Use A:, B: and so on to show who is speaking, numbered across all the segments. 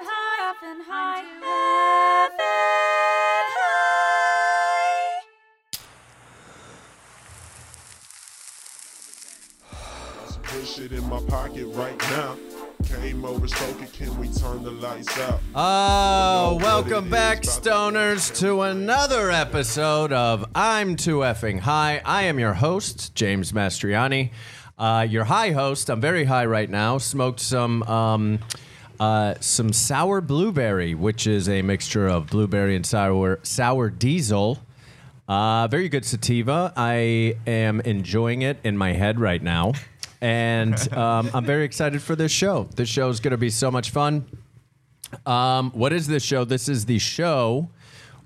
A: Heaven high. Heaven high.
B: Push it in my pocket right now. Came over, spoke it. Can we turn the lights out?
C: Oh,
B: Know what
C: welcome
B: it
C: back,
B: is about the
C: stoners, to another episode of I'm Too Effing High. I am your host, James Mastriani. Uh, your high host. I'm very high right now. Smoked some um, uh, some sour blueberry, which is a mixture of blueberry and sour sour diesel. Uh, very good sativa. I am enjoying it in my head right now. And um, I'm very excited for this show. This show is going to be so much fun. Um, what is this show? This is the show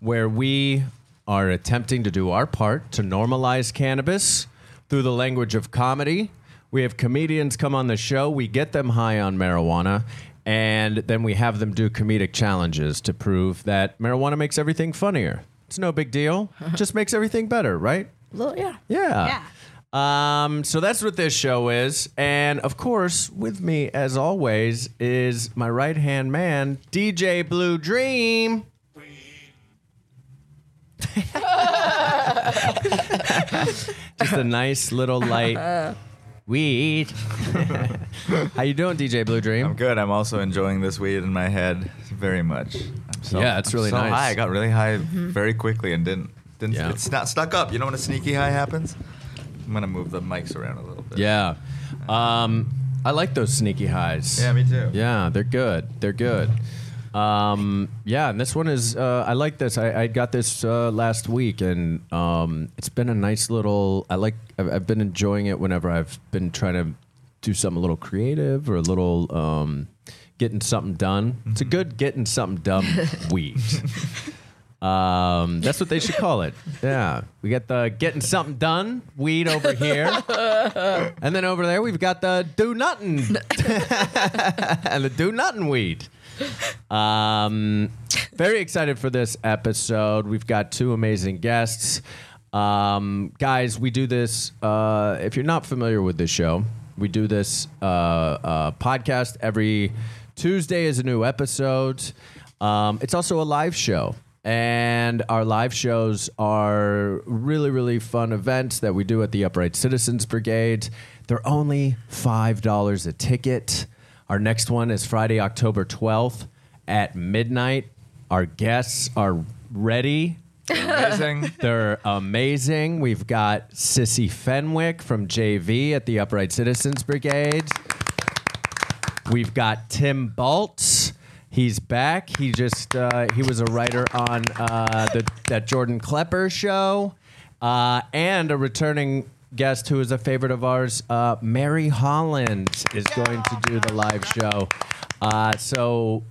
C: where we are attempting to do our part to normalize cannabis through the language of comedy. We have comedians come on the show, we get them high on marijuana, and then we have them do comedic challenges to prove that marijuana makes everything funnier. It's no big deal, just makes everything better, right?
A: Little, yeah.
C: Yeah. Um, so that's what this show is. And of course, with me, as always, is my right hand man, DJ Blue Dream. Just a nice little light weed. How you doing, DJ Blue Dream?
D: I'm good. I'm also enjoying this weed in my head very much. I'm so,
C: Yeah, it's
D: I'm
C: really
D: so
C: nice.
D: High. I got really high very quickly and didn't didn't.
C: Yeah.
D: It's not stuck up. You know when a sneaky high happens. I'm gonna move the mics around a little bit.
C: Yeah. Um, I like those sneaky highs.
D: Yeah, me too.
C: Yeah, they're good. They're good. Um, yeah, and this one is. Uh, I like this. I, I got this uh, last week, and um, it's been a nice little. I like. I've, I've been enjoying it whenever I've been trying to do something a little creative or a little um, getting something done. It's a good getting something done weed. Um, that's what they should call it. Yeah, we got the getting something done weed over here, and then over there we've got the do nothing and the do nothing weed. Um, very excited for this episode. We've got two amazing guests. Um, guys, we do this. Uh, if you're not familiar with this show, we do this uh, uh, podcast every Tuesday is a new episode. Um, it's also a live show. And our live shows are really, really fun events that we do at the Upright Citizens Brigade. They're only $5 a ticket. Our next one is Friday, October 12th at midnight. Our guests are ready.
D: Amazing.
C: They're amazing. We've got Sissy Fenwick from JV at the Upright Citizens Brigade. We've got Tim Baltz. He's back. He just uh, he was a writer on uh, the, that Jordan Klepper show, uh, and a returning guest who is a favorite of ours, uh, Mary Holland, is going to do the live show. Uh, so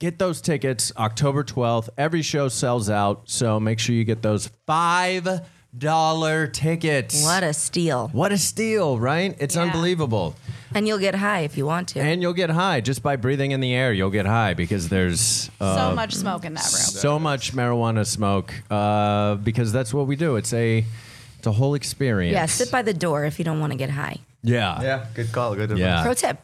C: get those tickets October twelfth. Every show sells out, so make sure you get those five dollar tickets.
E: What a steal.
C: what a steal, right? It's
A: Yeah.
C: unbelievable.
E: And you'll get high if you want to.
C: And you'll get high just by breathing in the air. You'll get high because there's uh,
A: so much smoke in that room.
C: so much marijuana smoke. Uh, because that's what we do. It's a it's a whole experience.
E: yeah, sit by the door if you don't want to get high.
C: Yeah. Yeah.
D: yeah. Good call. Good advice.
C: Yeah.
E: Pro tip.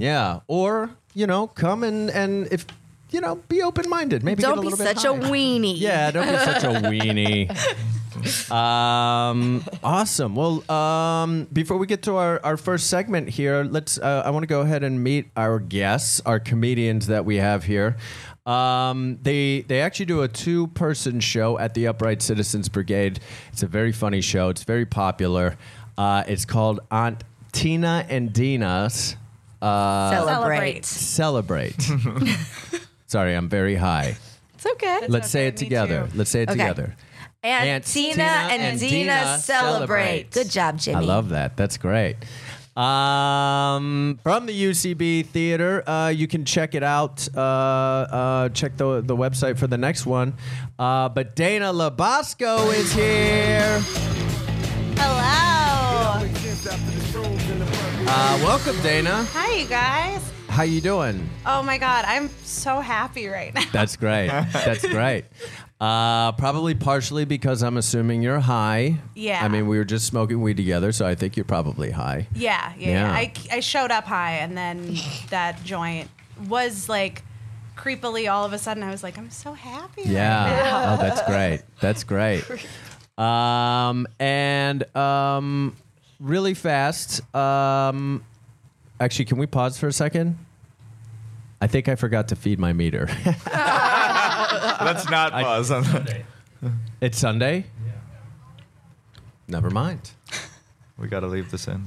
C: Yeah. Or you know, come and and if you know, be open minded. Maybe get
E: Don't
C: a
E: be
C: little bit
E: such
C: high.
E: a weenie.
C: Yeah, don't be such a weenie. Um, awesome. Well, um, before we get to our, our first segment here, let's. Uh, I want to go ahead and meet our guests, our comedians that we have here. Um, they they actually do a two person show at the Upright Citizens Brigade. It's a very funny show. It's very popular. Uh, it's called Aunt Tina and Dina's uh,
E: Celebrate.
A: Celebrate.
C: Celebrate. Sorry, I'm very high.
A: It's okay.
C: Let's say it together. Let's say it
E: Okay.
C: together.
E: And
C: Aunt
E: Tina,
C: Tina
E: and,
C: and
E: Dina,
C: Dina celebrate.
E: celebrate. Good job, Jimmy.
C: I love that. That's great. Um, from the UCB Theater, uh, you can check it out. Uh, uh, check the, the website for the next one. Uh, but Dana Labasco is here.
A: Hello.
C: Uh, welcome, Dana.
A: Hi, you guys.
C: How you doing?
A: Oh my God, I'm so happy right now.
C: That's great. That's great. Uh, probably partially because I'm assuming you're high.
A: Yeah.
C: I mean, we were just smoking weed together, so I think you're probably high.
A: Yeah, yeah.
C: Yeah.
A: yeah. I, I showed up high, and then that joint was like creepily all of a sudden I was like, I'm so happy. right now.
C: Yeah. Oh, that's great. That's great. Um, and um, really fast. Um, actually, can we pause for a second? I think I forgot to feed my meter.
D: Let's not pause on that.
C: it's Sunday. Never mind.
D: We got to leave this in.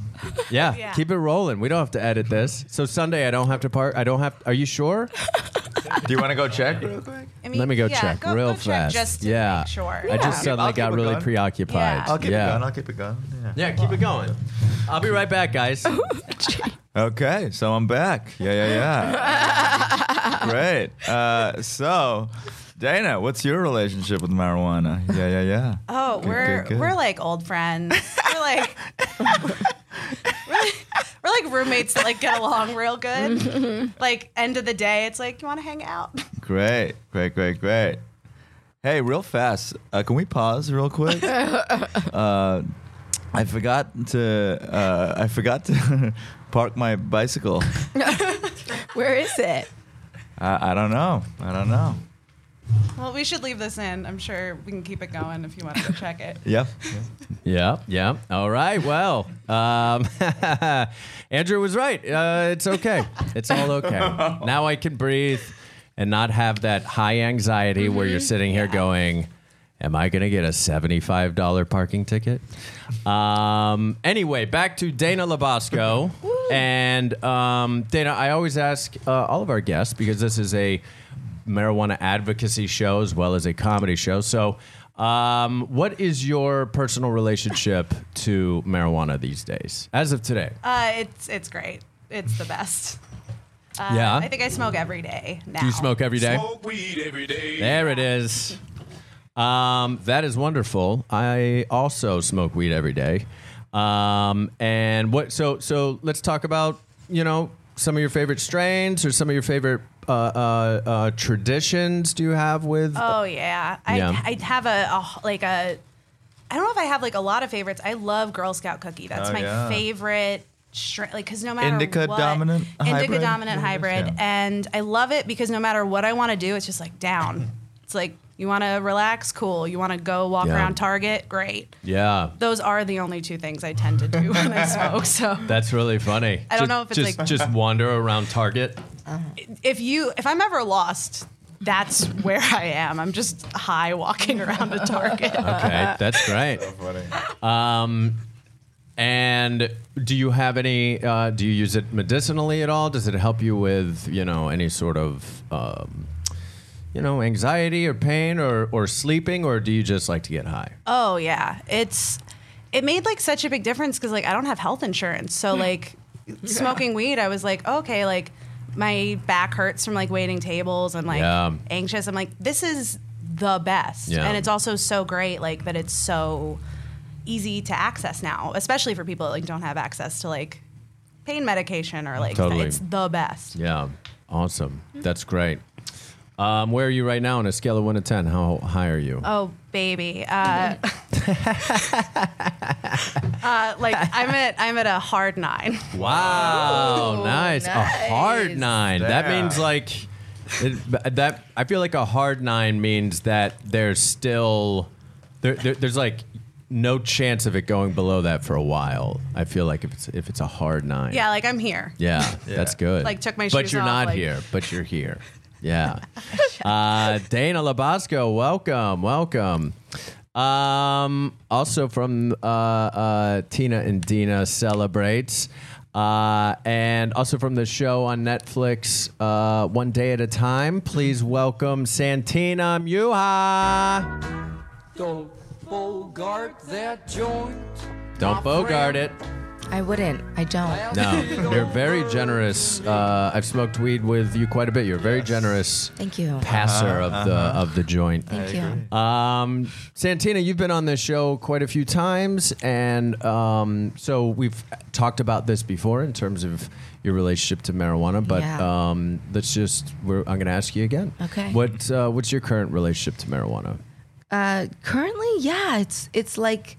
C: Yeah,
A: Yeah.
C: keep it rolling. We don't have to edit this. So Sunday, I don't have to part. I don't have. Are you sure?
D: Do you want to go check real quick?
A: I mean,
C: Let me go
A: yeah,
C: check
A: go,
C: real
A: go check
C: fast.
A: just to
C: yeah.
A: make sure.
C: I just
D: Yeah.
C: suddenly
D: I'll keep
C: got
D: it
C: really
D: going.
C: preoccupied.
A: Yeah.
D: I'll keep
C: yeah.
D: it going. I'll keep it going.
C: Yeah, keep it going. I'll be right back, guys.
D: Okay, so I'm back. Yeah, yeah, yeah. Great. Uh, so, Dana, what's your relationship with marijuana? Yeah, yeah, yeah.
A: Oh,
D: Good,
A: we're
D: good, good.
A: we're like old friends. We're like we're like- we're like roommates that like get along real good. like end of the day, it's like you want to hang out.
D: Great, great, great, great. Hey, real fast, uh, can we pause real quick? uh, I forgot to uh, I forgot to park my bicycle.
E: Where is it?
D: I, I don't know. I don't know.
A: Well, we should leave this in. I'm sure we can keep it going if you want to go check it.
D: Yeah.
C: Yeah, yeah. All right. Well, um, Andrew was right. Uh, it's okay. It's all okay. now I can breathe and not have that high anxiety where you're sitting here going, Am I going to get a $75 parking ticket? Um, anyway, back to Dana Labasco. and um, Dana, I always ask uh, all of our guests because this is a marijuana advocacy show as well as a comedy show. So, um, what is your personal relationship to marijuana these days, as of today?
A: Uh, it's it's great. It's the best. Uh,
C: Yeah?
A: I think I smoke every day now.
C: Do you smoke every day?
B: Smoke weed every day.
C: There it is. Um, that is wonderful. I also smoke weed every day. Um, and what? So so let's talk about you know some of your favorite strains or some of your favorite uh, uh, uh, traditions. Do you have with?
A: Oh yeah, I
C: Yeah.
A: I have a, a h- like a. I don't know if I have like a lot of favorites. I love Girl Scout cookie. That's
D: Oh,
A: my
D: yeah.
A: favorite. Str- like because no matter
D: Indica
A: what,
D: dominant
A: indica
D: hybrid?
A: dominant
D: Yeah.
A: hybrid, and I love it because no matter what I want to do, it's just like down. It's like you want to relax, cool. You want to go walk
C: Yeah.
A: around Target, great.
C: yeah,
A: Those are the only two things I tend to do when I smoke. So
C: that's really funny.
A: I don't know if it's
C: just
A: like-
C: just wander around Target.
A: if you if I'm ever lost, that's where I am. I'm just high walking around a Target.
C: Okay, that's great. Um,
D: Funny.
C: And do you have any? Uh, do you use it medicinally at all? Does it help you with you know any sort of um, you know anxiety or pain or or sleeping, or do you just like to get high?
A: Oh yeah, it's it made like such a big difference because like I don't have health insurance,
C: Hmm.
A: so like smoking weed, I was like okay, like my back hurts from like waiting tables and like
C: Yeah.
A: anxious. I'm like this is the best,
C: Yeah.
A: and it's also so great like that it's so easy to access now, especially for people that like don't have access to like pain medication or like
C: Totally.
A: it's the best.
C: Yeah, awesome. That's great. Um, where are you right now on a scale of one to ten? How high are you?
A: Oh baby, uh, uh, like I'm at I'm at a hard nine.
C: Wow, nice. A hard
E: nice.
C: nine. That
D: Yeah.
C: means like it, that. I feel like a hard nine means that there's still there, there, there's like no chance of it going below that for a while. I feel like if it's if it's a hard nine.
A: Yeah, like I'm here.
C: Yeah, that's good.
A: Like, took my
C: But
A: shoes
C: you're
A: off,
C: not
A: like-
C: here. But you're here. Yeah. uh, Dana Labasco, welcome, welcome. Um, also from uh, uh, Tina and Dina celebrates, uh, and also from the show on Netflix, uh, One Day at a Time. Please welcome Santina Muha.
F: Don't bogart that joint.
C: Don't bogart it.
E: I wouldn't. I don't.
C: No, you're very generous. Uh, I've smoked weed with you quite a bit. You're a very generous.
E: Thank you.
C: passer of the of the joint.
E: Uh-huh. Thank you.
C: Um, Santina, you've been on this show quite a few times, and um, so we've talked about this before in terms of your relationship to marijuana. But
E: Yeah.
C: um, let's just we're, I'm going to ask you again.
E: Okay.
C: What uh, what's your current relationship to marijuana?
E: Uh, currently, yeah, it's it's like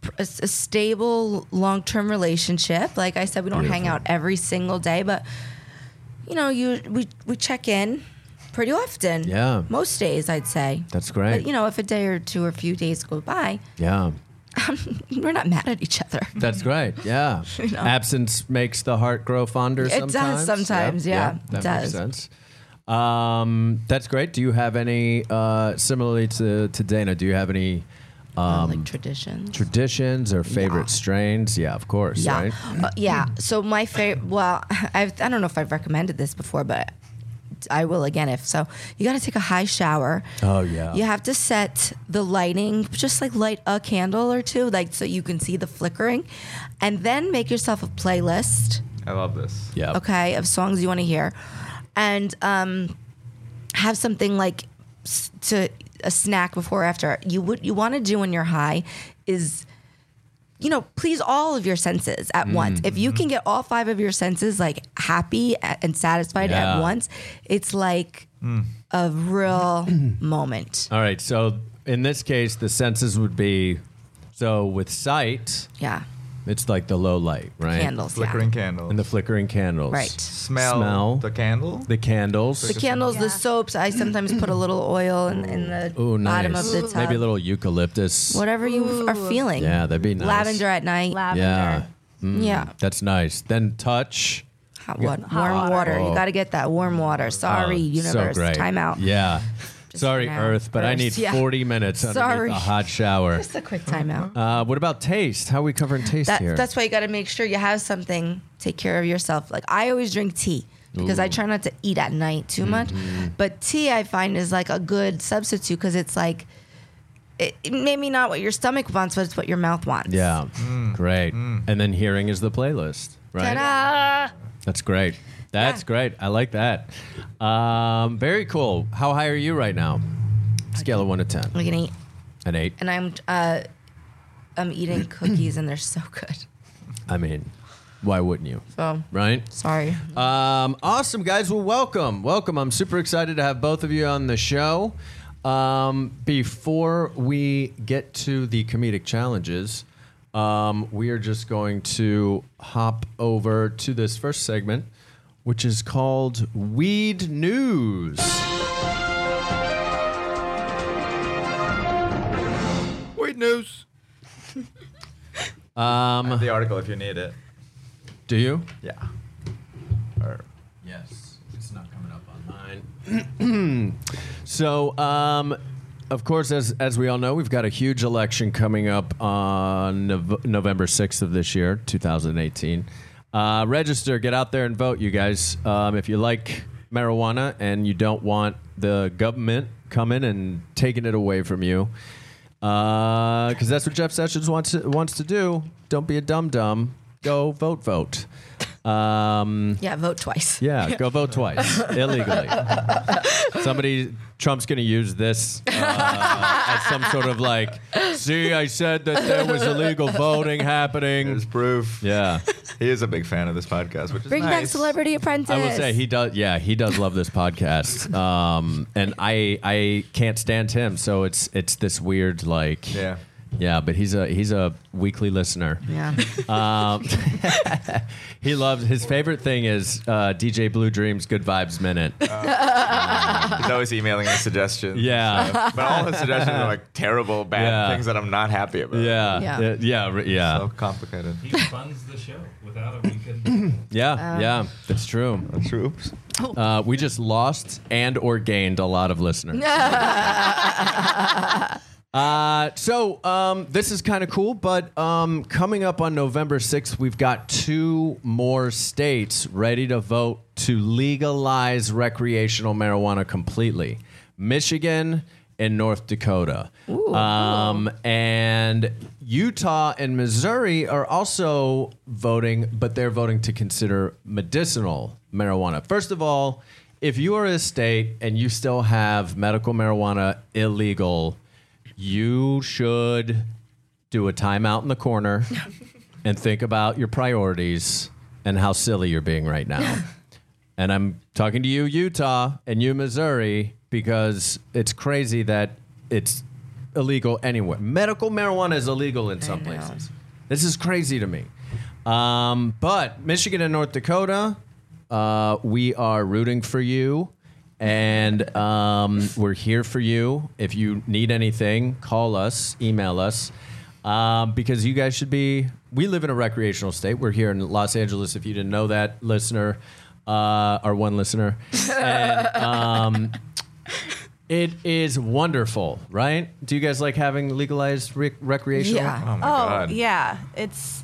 E: pr- a, s- a stable long term relationship. Like I said, we don't hang out every single day, but you know, you we we check in pretty often.
C: Yeah.
E: Most days, I'd say.
C: That's great.
E: But, you know, if a day or two or a few days go by,
C: Yeah.
E: we're not mad at each other.
C: That's great. Yeah.
E: know?
C: Absence makes the heart grow fonder
E: It does
C: sometimes.
E: sometimes, yeah, it
C: That
E: does.
C: makes sense. Um, that's great. Do you have any, uh, similarly to, to Dana, do you have any Um,
E: like traditions.
C: traditions or favorite
E: Yeah.
C: strains? Yeah, of course.
E: yeah.
C: Right?
E: Uh, yeah. So my favorite. Well, I've, I don't know if I've recommended this before, but I will again if so. You got to take a high shower.
C: Oh, yeah.
E: You have to set the lighting, just like light a candle or two, like so you can see the flickering, and then make yourself a playlist.
D: I love this.
C: Yeah.
E: okay, of songs you want to hear, and um, have something like s- to a snack before or after. You what you want to do when you're high is, you know, please all of your senses
C: Mm,
E: at once. If
C: mm-hmm.
E: you can get all five of your senses like happy a- and satisfied
C: Yeah.
E: at once, it's like a real moment.
C: All right. So in this case, the senses would be so with sight,
E: Yeah,
C: it's like the low light, right?
E: candles.
D: Flickering candle.
C: And the flickering candles.
E: Yeah. Right.
D: smell,
C: Smell.
D: the candle.
C: The candles.
E: The candles, the soaps. I sometimes put a little oil in, in the
C: Ooh, nice.
E: bottom of the tub.
C: Maybe a little eucalyptus.
E: Whatever you are feeling.
C: Yeah, that'd be nice. Mm.
E: Lavender at night.
A: Lavender.
C: Yeah.
E: yeah.
C: That's nice. Then touch.
E: Hot water, warm
A: water.
E: water.
C: Oh.
E: You got to get that warm water. Sorry,
C: Oh,
E: universe,
C: So great.
E: time out.
C: Yeah. Sorry,
E: for now.
C: Earth, but I
E: Earth,
C: need
E: yeah.
C: 40 minutes under
E: Sorry.
C: a hot shower.
E: Just a quick timeout.
C: Uh, what about taste? How are we covering taste
E: That,
C: here?
E: that's why you got to make sure you have something. Take care of yourself. Like I always drink tea because I try not to eat at night
C: Mm-hmm.
E: too much, but tea I find is like a good substitute because it's like. It, it maybe not what your stomach wants, but it's what your mouth wants.
C: yeah. Great. And then hearing is the playlist, right?
E: Ta-da!
C: That's great. That's great. I like that. Um, very cool. How high are you right now? Scale of 1 to 10.
E: I'm gonna eat,
C: An 8.
E: and I'm uh, I'm eating cookies, and they're so good.
C: I mean, why wouldn't you?
E: So
C: Right?
E: sorry.
C: Um, awesome, guys. Well, welcome. Welcome. I'm super excited to have both of you on the show. Um, before we get to the comedic challenges, um, we are just going to hop over to this first segment, which is called Weed News.
D: Weed news.
C: Um,
D: The article, if you need it.
C: do you?
D: Yeah. Or
C: Yes, it's not coming up online. so, um, of course, as as we all know, we've got a huge election coming up on Nov- November sixth of this year, two thousand eighteen. Uh, register, get out there and vote, you guys. Um, if you like marijuana and you don't want the government coming and taking it away from you, because that's what Jeff Sessions wants to, wants to do. Don't be a dum dum. Go vote, vote. Um,
E: Yeah, vote twice.
C: yeah, go vote twice illegally. Somebody, Trump's going to use this uh, as some sort of like, see, I said that there was illegal voting happening.
D: there's proof.
C: Yeah,
D: He is a big fan of this podcast, which is
E: Bring back
D: nice.
E: Celebrity Apprentice.
C: I will say he does. Yeah, he does love this podcast, um, and I I can't stand him. So it's it's this weird like
D: Yeah.
C: yeah, but he's a he's a weekly listener.
E: Yeah.
C: He loves his favorite thing is uh, DJ Blue Dreams Good Vibes Minute.
D: He's always emailing me suggestions.
C: Yeah.
D: But all his suggestions are like terrible, bad
C: Yeah.
D: things that I'm not happy about.
C: Yeah,
E: Yeah.
C: yeah, yeah, re- yeah.
D: So complicated.
G: He funds the show. Without him, we couldn't.
C: Yeah, yeah, that's true.
D: Troops.
C: Uh, we just lost and or gained a lot of listeners. Uh, so um, this is kind of cool, but um, coming up on November 6th, we've got two more states ready to vote to legalize recreational marijuana completely Michigan and North Dakota. um, And Utah and Missouri are also voting, but they're voting to consider medicinal marijuana. First of all, if you are a state and you still have medical marijuana illegal, you should do a timeout in the corner and think about your priorities and how silly you're being right now. and I'm talking to you, Utah, and you, Missouri, because it's crazy that it's illegal anywhere. Medical marijuana is illegal in some
E: know.
C: places. This is crazy to me. Um, but Michigan and North Dakota, uh, we are rooting for you And um, we're here for you. If you need anything, call us, email us, um, because you guys should be. We live in a recreational state. We're here in Los Angeles. If you didn't know that, listener, uh, our one listener, and, um, it is wonderful, right? Do you guys like having legalized rec- recreational?
E: Yeah.
D: Oh my
A: Oh
D: god.
A: yeah, it's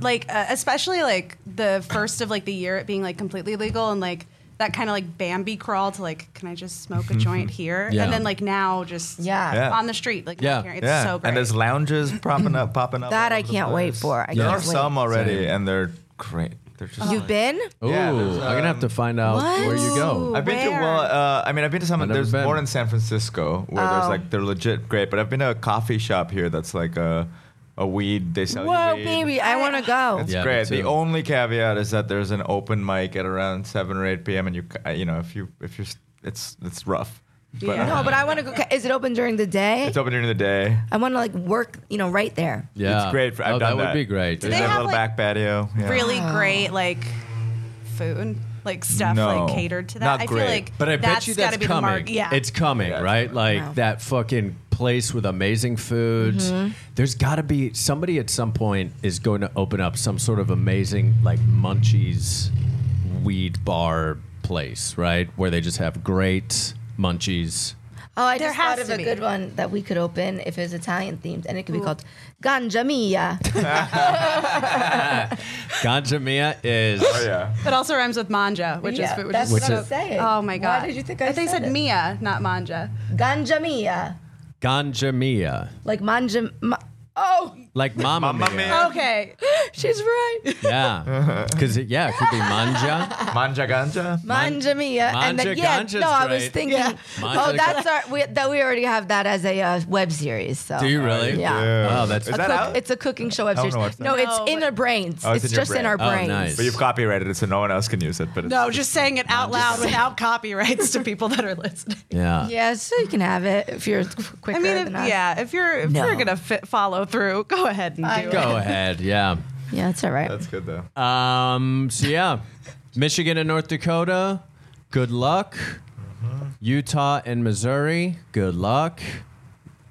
A: like uh, especially like the first of like the year it being like completely legal and like that kind of like Bambi crawl to like can I just smoke a joint here
C: Yeah.
A: and then like now just
E: Yeah.
D: Yeah.
A: on the street like
C: Yeah.
A: yeah it's
D: Yeah,
A: so great
D: and there's lounges popping up, popping up.
E: That
D: all
E: I
D: over the
E: can't wait
D: place.
E: for. I
D: there
E: can't
D: are
E: wait.
D: some already,
C: Same.
D: and they're great. They're just.
E: You've
D: like-
E: been?
C: Ooh,
D: Yeah, there's,
C: I'm gonna have to
D: um,
C: find out
E: What?
C: where you go.
A: Ooh.
D: I've been to
A: Where?
D: well. Uh, I mean, I've been to some.
C: I've never
D: There's
C: been.
D: more in San Francisco where there's
E: Oh.
D: like they're legit great. But I've been to a coffee shop here that's like a a weed. They sell. you
E: Whoa,
D: weed.
E: baby, I want to go.
D: It's
C: Yeah, me
D: great. The
C: too.
D: only caveat is that there's an open mic at around seven or eight p.m. and you ca- you know if you if you're s- it's it's rough. But
A: Yeah.
E: No, but I want to go. Is it open during the day?
D: it's open during the day.
E: I want to like work, you know, right there.
C: Yeah,
D: It's great. For, I've
C: oh,
D: done
C: that, would be great.
A: they
D: There's a
A: have,
D: little back
A: like,
D: patio. Yeah.
A: really great like food like stuff
D: No,
A: like catered to that
D: not
A: I
D: great.
A: feel like
C: But I
A: that's
C: bet you
A: gotta
C: that's
A: be
C: coming.
A: the mark yeah
C: It's coming,
D: Yeah,
C: right? Like
E: Wow.
C: that fucking place with amazing foods. There's got to be somebody at some point is going to open up some sort of amazing like munchies weed bar place, right? Where they just have great munchies.
E: Oh, I
A: There
E: just
A: has
E: thought of
A: to
E: a
A: be.
E: good one that we could open if it was Italian themed, and it could be called Ganja Mia.
C: Ganja Mia is
D: Oh yeah.
A: it also rhymes with manja which
E: Yeah,
A: is which
E: that's
A: is
E: what
A: so-
E: I'm saying.
A: oh my god
E: Why did you think I
A: they
E: said
A: said
E: it?
A: Mia not manja
E: Ganja Mia,
C: Ganja Mia,
E: like manja. Ma- oh,
C: like Mama,
D: Mamma
C: Mia.
D: Mia.
A: okay
E: she's right.
C: Yeah, because it, yeah, it could be
A: Oh.
C: manja.
D: Manja ganja.
E: Manja Mia, and
C: Manja
E: then yeah,
C: Ganja's
E: no, I was
C: great.
E: thinking.
C: Manja
E: Oh, that's our we, that we already have that as a uh, web series. So
C: Do you really? Oh,
E: Yeah.
C: Wow, that's-
D: is
E: A
D: that
E: cook-
D: out?
E: It's a cooking show web
D: I don't
E: series.
D: know what's that.
E: No,
A: No,
E: it's in
A: but-
E: our brains.
D: Oh, it's
E: it's
D: in your
E: just in
D: brain.
E: our
C: Oh,
E: brains.
C: nice.
D: But you've copyrighted it, so no one else can use it. But it's,
A: No, just saying it out loud without copyrights to people that are listening.
C: Yeah.
E: Yeah, so you can have it if you're quicker
A: I mean, if,
E: than us.
A: yeah, if you're if
E: No.
A: you're gonna fit, follow through, go ahead and
E: I
A: do
C: Go ahead. Yeah.
E: yeah, that's all right.
D: that's good though.
C: Um, so yeah, Michigan and North Dakota, good luck. Mm-hmm. Utah and Missouri, good luck.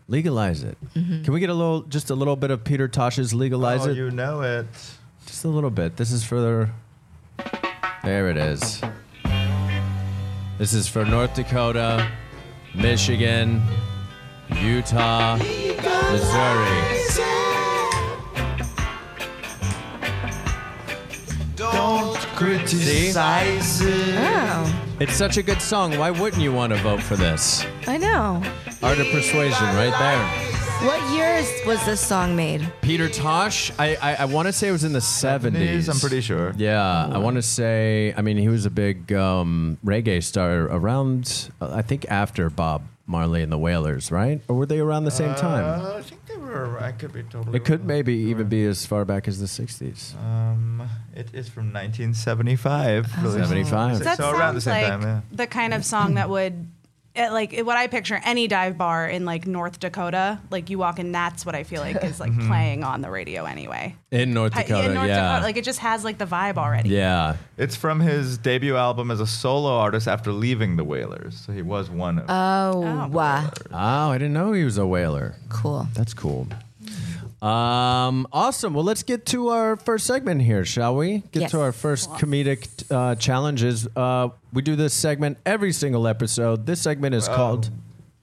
C: Legalize it. Can we get a little, just a little bit of Peter Tosh's legalize
D: oh,
C: it?
D: you know it.
C: just a little bit. This is for the. There it is. This is for North Dakota, Michigan, Utah, Missouri.
D: Don't criticize it.
E: Oh,
C: It's such a good song. Why wouldn't you want to vote for this?
E: I know.
C: Art of Persuasion, right there.
E: What years was this song made?
C: Peter Tosh. I I, I want to say it was in the seventies.
D: Seventies, I'm pretty sure.
C: Yeah, I want to say. I mean, he was a big um, reggae star around. uh, I think after Bob Marley and the Wailers, right? Or were they around the same time?
D: Uh, I think they were. I could be totally.
C: It could
D: wrong.
C: maybe even be as far back as the sixties.
D: Um, it is from 1975.
C: Oh,
D: released.
C: 75.
A: That
D: So
A: sounds
D: around the same
A: like
D: time, yeah.
A: the kind of song that would, it, like, it- what I picture any dive bar in like North Dakota. Like you walk in, that's what I feel like is like playing on the radio anyway.
C: In North
A: I-
C: Dakota,
A: in North
C: yeah,
A: Dakota, like it just has like the vibe already.
C: yeah.
D: It's from his debut album as a solo artist after leaving the Wailers. So he was one
A: Uh.
D: of.
E: Oh, wow.
C: Oh, I didn't know he was a whaler.
E: Cool.
C: That's cool. Um, awesome. Well, let's get to our first segment here, shall we? Get
E: Yes.
C: to our first comedic uh, challenges. Uh, we do this segment every single episode. This segment is called.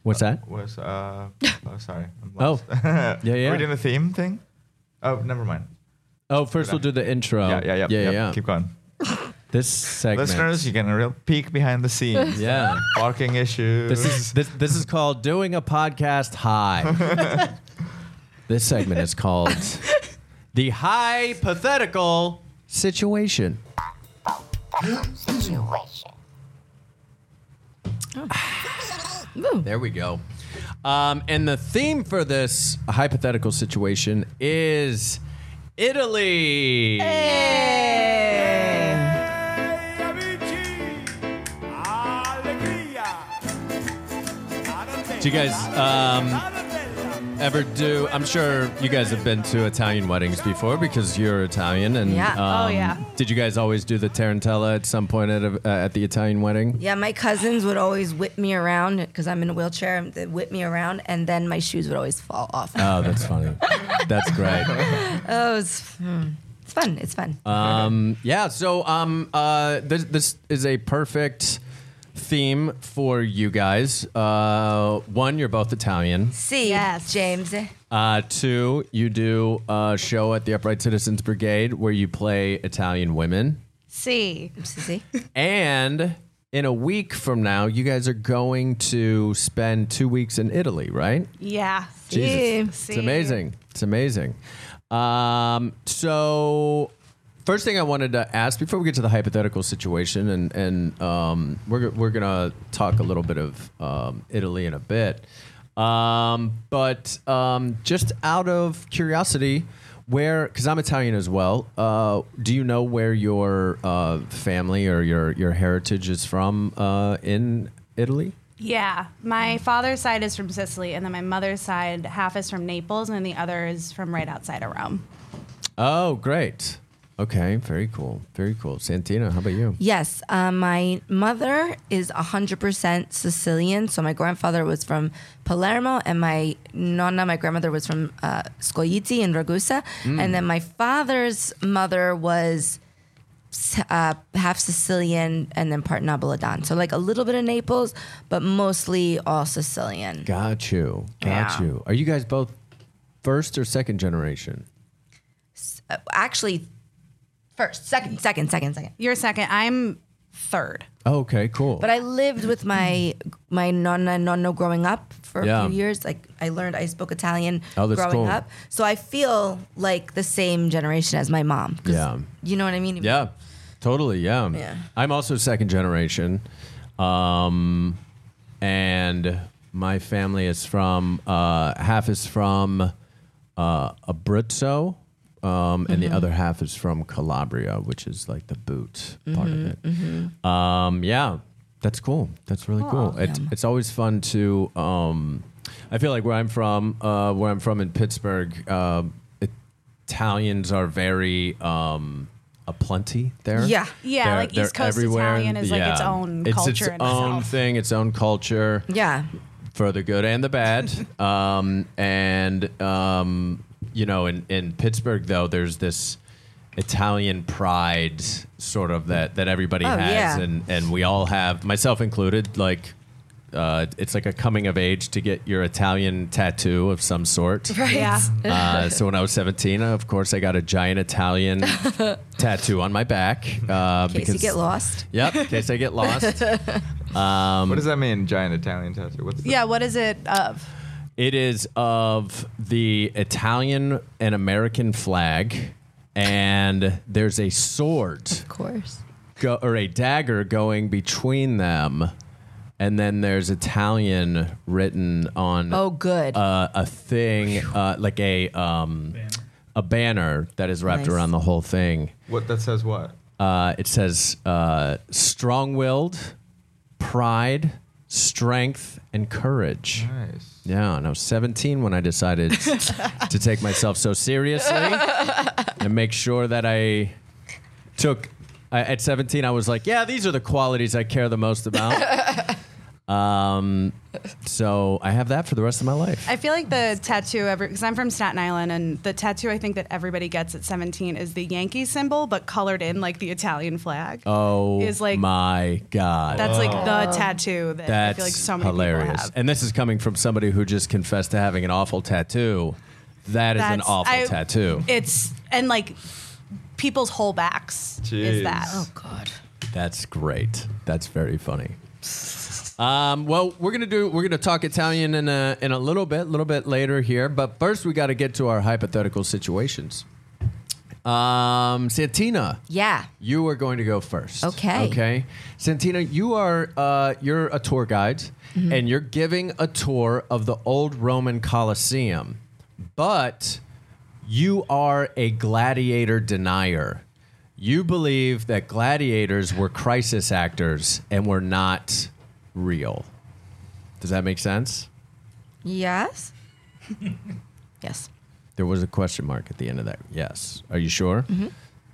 C: What's that?
D: was uh. oh, sorry. I'm
C: Oh,
D: lost.
C: yeah,
D: Are we
C: yeah.
D: doing the theme thing? Oh, never mind.
C: oh, first we'll do the intro.
D: yeah, yeah, yeah,
C: yeah.
D: yeah. Keep going.
C: This segment.
D: Listeners, you get a real peek behind the scenes.
C: Yeah.
D: Barking issues.
C: This is this this is called doing a podcast high. this segment is called the hypothetical situation. There we go. Um, and the theme for this hypothetical situation is Italy. Do you guys um, ever do. I'm sure you guys have been to Italian weddings before because you're Italian. And um,
E: Yeah.
A: Oh, yeah.
C: Did you guys always do the tarantella at some point at a, uh, at the Italian wedding?
E: Yeah, my cousins would always whip me around because I'm in a wheelchair. and They'd whip me around, and then my shoes would always fall off.
C: Oh, that's funny. that's great.
E: oh, it's, hmm. it's fun. It's fun.
C: Um, yeah. So um, uh, this, this is a perfect theme for you guys. Uh, one, you're both Italian.
E: See,
A: Yes.
E: James. eh?
C: Uh, two, you do a show at the Upright Citizens Brigade where you play Italian women.
A: See.
E: See,
C: And in a week from now, you guys are going to spend two weeks in Italy, right?
A: Yeah.
C: Jesus. It's
A: See.
C: amazing. It's amazing. Um, so, first thing I wanted to ask before we get to the hypothetical situation, and, and um, we're, we're going to talk a little bit of um, Italy in a bit. Um, but um, just out of curiosity, where, because I'm Italian as well, uh, do you know where your uh, family or your, your heritage is from uh, in Italy?
A: Yeah. My father's side is from Sicily, and then my mother's side, half is from Naples, and the other is from right outside of Rome.
C: Oh, great. Okay, very cool. Very cool. Santina, how about you?
E: Yes, uh, my mother is 100% Sicilian. So my grandfather was from Palermo, and my nonna, my grandmother, was from uh, Scogliti in Ragusa. And then my father's mother was uh, half Sicilian and then part Napolitan. So like a little bit of Naples, but mostly all Sicilian.
C: Got you. Got
E: Yeah.
C: you. Are you guys both first or second generation?
E: Uh, actually, first, second, second, second, second.
A: You're second. I'm third.
C: Oh, Okay, cool.
E: But I lived with my my nonna and nonno growing up for
C: Yeah.
E: a few years. Like I learned I spoke Italian
C: Oh, that's cool.
E: growing up, so I feel like the same generation as my mom. 'Cause
C: Yeah.
E: you know what I mean.
C: yeah, totally. Yeah.
E: Yeah.
C: I'm also second generation. Um, and my family is from, uh, half is from uh, Abruzzo. Um, and
A: Mm-hmm.
C: the other half is from Calabria, which is like the boot part
A: Mm-hmm,
C: of it. Um, yeah, that's cool. That's really cool. It's, it's always fun to. Um, I feel like where I'm from, uh, where I'm from in Pittsburgh, uh, Italians are very um, aplenty there.
E: Yeah.
A: Yeah, like East Coast Italian is, like, its own
C: it's
A: culture in
C: its own
A: itself.
C: thing, its own culture
E: yeah,
C: for the good and the bad. um, and um, you know, in, in Pittsburgh though, there's this Italian pride sort of that that everybody
E: Oh,
C: has,
E: yeah.
C: and and we all have, myself included. Like, uh, it's like a coming of age to get your Italian tattoo of some sort.
A: Yeah.
C: Uh, so when I was 17, uh, of course, I got a giant Italian tattoo on my back. Uh,
E: In case you get lost.
C: Yep, in case I get lost. um,
H: what does that mean? Giant Italian tattoo. What's the,
A: Yeah. What is it of?
C: It is of the Italian and American flag, and there's a sword
E: Of course.
C: go, or a dagger going between them, and then there's Italian written on
E: Oh, good.
C: uh, a thing uh, like a um, a banner that is wrapped
E: Nice.
C: around the whole thing.
H: what that says? What?
C: Uh, it says uh, strong-willed, pride, strength, and courage.
H: Nice.
C: Yeah, and I was 17 when I decided to take myself so seriously and make sure that I took. I, at 17, I was like, yeah, these are the qualities I care the most about. um, so I have that for the rest of my life.
A: I feel like the tattoo, because I'm from Staten Island, and the tattoo I think that everybody gets at 17 is the Yankee symbol, but colored in like the Italian flag.
C: Oh
A: is like-
C: my God.
A: That's like the tattoo that I
C: That's
A: feel like so many people
C: hilarious.
A: have.
C: And this is coming from somebody who just confessed to having an awful tattoo. That is an
A: That's-
C: awful
A: I-
C: tattoo.
A: It's and like people's whole backs
H: Jeez.
A: is that.
E: oh, God.
C: That's great. That's very funny. Um, well, we're gonna do. We're gonna talk Italian in a in a little bit, little bit later here. But first, we got to get to our hypothetical situations. Um, Santina,
E: Yeah.
C: you are going to go first.
E: Okay.
C: Okay. Santina, you are uh, you're a tour guide, and you're giving a tour of the old Roman Colosseum, but you are a gladiator denier. You believe that gladiators were crisis actors and were not real. Does that make sense?
E: Yes. Yes.
C: There was a question mark at the end of that. Yes. Are you sure?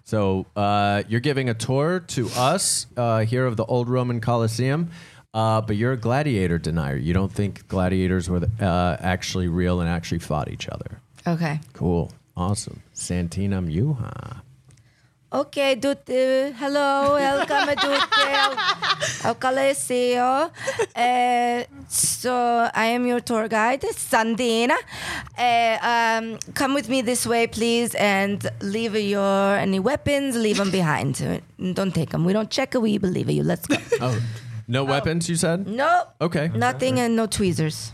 C: So uh, you're giving a tour to us uh, here of the old Roman Colosseum, uh, but you're a gladiator denier. You don't think gladiators were uh, actually real and actually fought each other.
E: Okay.
C: Cool. Awesome. Santinam Yuha.
E: Okay, tutti, hello, welcome tutti al- al Coliseo. Eh, so I am your tour guide, Sandina. Eh, um, come with me this way, please, and leave your any weapons, leave them behind. Don't take them. We don't check it. We believe you. Let's go.
C: Oh, no weapons, you said?
E: No,
C: Okay.
E: nothing and no tweezers,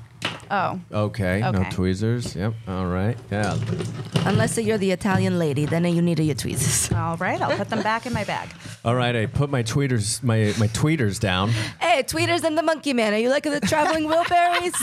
A: Oh,
C: Okay. No
A: Okay.
C: tweezers. Yep. All right. Yeah.
E: unless you're the Italian lady. Then you need your tweezers.
A: all right. I'll put them back in my bag.
C: All right. I put my tweeters my my tweeters down.
E: Hey, tweeters and the monkey man. Are you like the traveling Wilburys?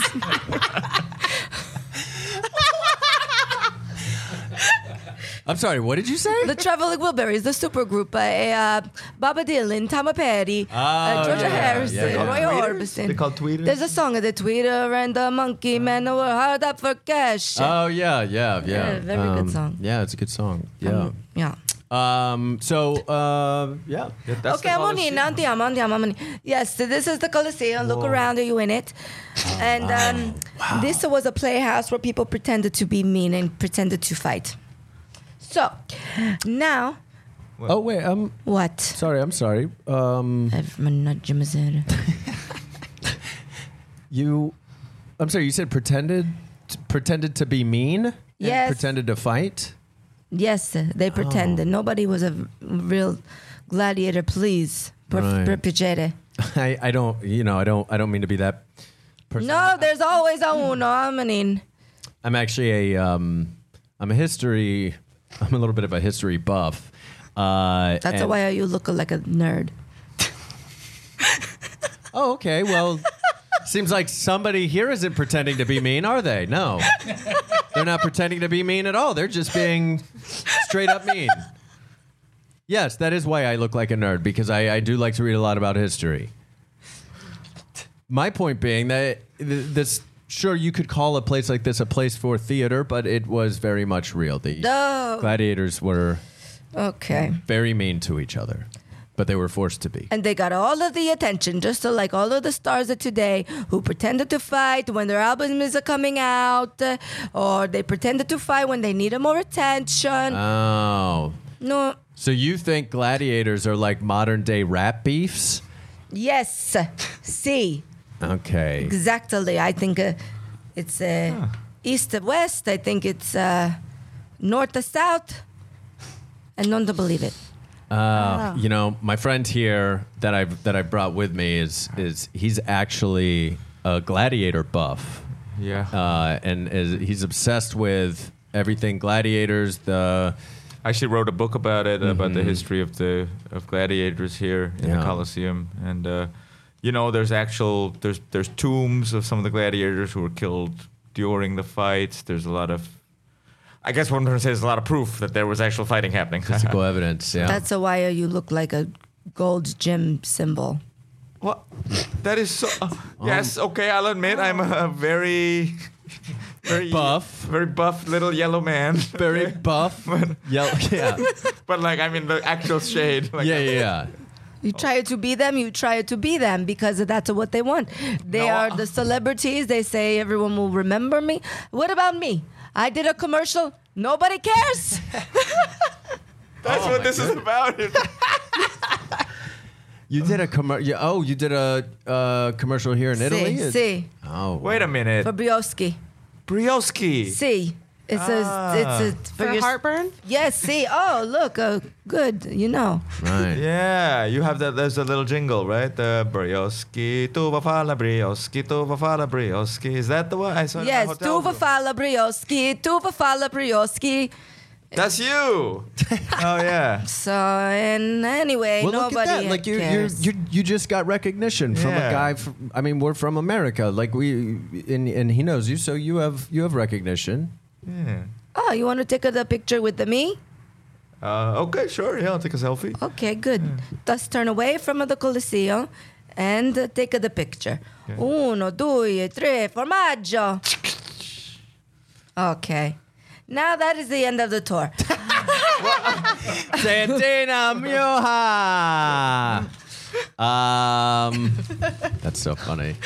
C: I'm sorry. What did you say?
E: the Traveling Wilburys, the supergroup by uh, Baba Dylan, Tama Petty, uh,
C: Ah,
E: Georgia
C: yeah,
E: Harrison,
C: yeah, yeah.
E: Roy Orbison.
H: They call tweeters?
E: There's a song of the Tweeter and the
C: Ah.
E: Monkey Man who were hard up for cash.
C: Oh yeah, yeah, yeah.
E: Yeah, very good
C: Um,
E: song.
C: Yeah, it's a good song. Yeah.
E: Um, yeah.
C: Um. So. Uh, yeah.
H: Yeah, that's
E: okay,
H: the
E: I'm on
H: Colosseum.
E: in. Andiamo, andiamo, andiamo. Yes, so this is the Colosseum. Look around. Are you in it?
C: Oh,
E: And um, this was a playhouse where people pretended to be mean and pretended to fight. So now,
C: Oh wait. Um.
E: what?
C: Sorry. I'm sorry. Um.
E: I've managed my zero.
C: You. I'm sorry. You said pretended. Pretended to be mean. and
E: Yes.
C: Pretended to fight.
E: Yes, uh, they
C: Oh.
E: pretended. Nobody was a v- real gladiator, please. Per-
C: Right.
E: perpetuate.
C: I. I don't. You know. I don't. I don't mean to be that. Person.
E: No, there's always a uno. I mean,
C: I'm actually a um, I'm a history I'm a little bit of a history buff. Uh,
E: that's
C: and-
E: why you look like a nerd.
C: Oh, okay. Well, seems like somebody here isn't pretending to be mean, are they? No, they're not pretending to be mean at all. They're just being straight up mean. Yes, that is why I look like a nerd because I, I do like to read a lot about history. My point being that th- this, sure, you could call a place like this a place for theater, but it was very much real. The
E: No.
C: gladiators were
E: Oh, Okay.
C: very mean to each other, but they were forced to be.
E: And they got all of the attention, just so like all of the stars of today who pretended to fight when their albums are coming out, uh, or they pretended to fight when they needed more attention.
C: Oh.
E: no,
C: So you think gladiators are like modern day rat beefs?
E: yes, see.
C: Okay.
E: Exactly. I think uh, it's uh, east to west. I think it's uh, north to south. And don't believe it.
A: Oh.
C: Uh, you know, my friend here that I've that I brought with me is is he's actually a gladiator buff.
H: Yeah.
C: Uh, and is, he's obsessed with everything gladiators, the
H: I actually wrote a book about it about the history of the of gladiators here in
C: Yeah.
H: the Colosseum, and uh, you know, there's actual there's there's tombs of some of the gladiators who were killed during the fights. There's a lot of, I guess what I'm trying to say is a lot of proof that there was actual fighting happening.
C: physical evidence. Yeah.
E: That's why you look like a gold gym symbol.
H: what? That is so. uh, yes, okay, I'll admit I'm a very, very
C: Buff.
H: very buff little yellow man.
C: very buff. Yell- yeah.
H: but like I mean the actual shade. Like,
C: Yeah, yeah, yeah.
E: You try to be them, you try to be them because that's what they want. They
H: No,
E: are
H: uh-
E: the celebrities. They say everyone will remember me. What about me? I did a commercial. Nobody cares.
H: That's what this is about.
C: You did a commercial. Oh, you did a uh, commercial here in Italy.
E: See, see.
C: Oh,
H: Wait a minute.
E: For Brioski.
H: Brioski.
E: See. It's a, it's a,
A: For,
E: your-
A: heartburn?
E: Yes, see, oh, look, uh, good, you know.
C: Right.
H: Yeah, you have that. There's a little jingle, right? The Brioski, tuva fala Brioski, tuva fala Brioski. Is that the one I saw? in my
E: yes,
H: hotel
E: Tuva
H: room?
E: Fala Brioski, Tuva Fala Brioski.
H: That's you. oh yeah.
E: So, and anyway,
C: Well, look
E: nobody
C: at that! Like you, you,
E: cares.
C: you, you just got recognition from a
H: Yeah.
C: guy. From, I mean, we're from America. Like we, and, and he knows you, so you have you have recognition.
H: Yeah.
E: oh, you want to take a picture with the me?
H: Uh, okay, sure. Yeah, I'll take a selfie.
E: Okay, good. Thus turn away from the Coliseo and uh, take the picture. Uno, due, tre, formaggio. Okay. Now that is the end of the tour.
C: Santina Mioja. Um, that's so funny.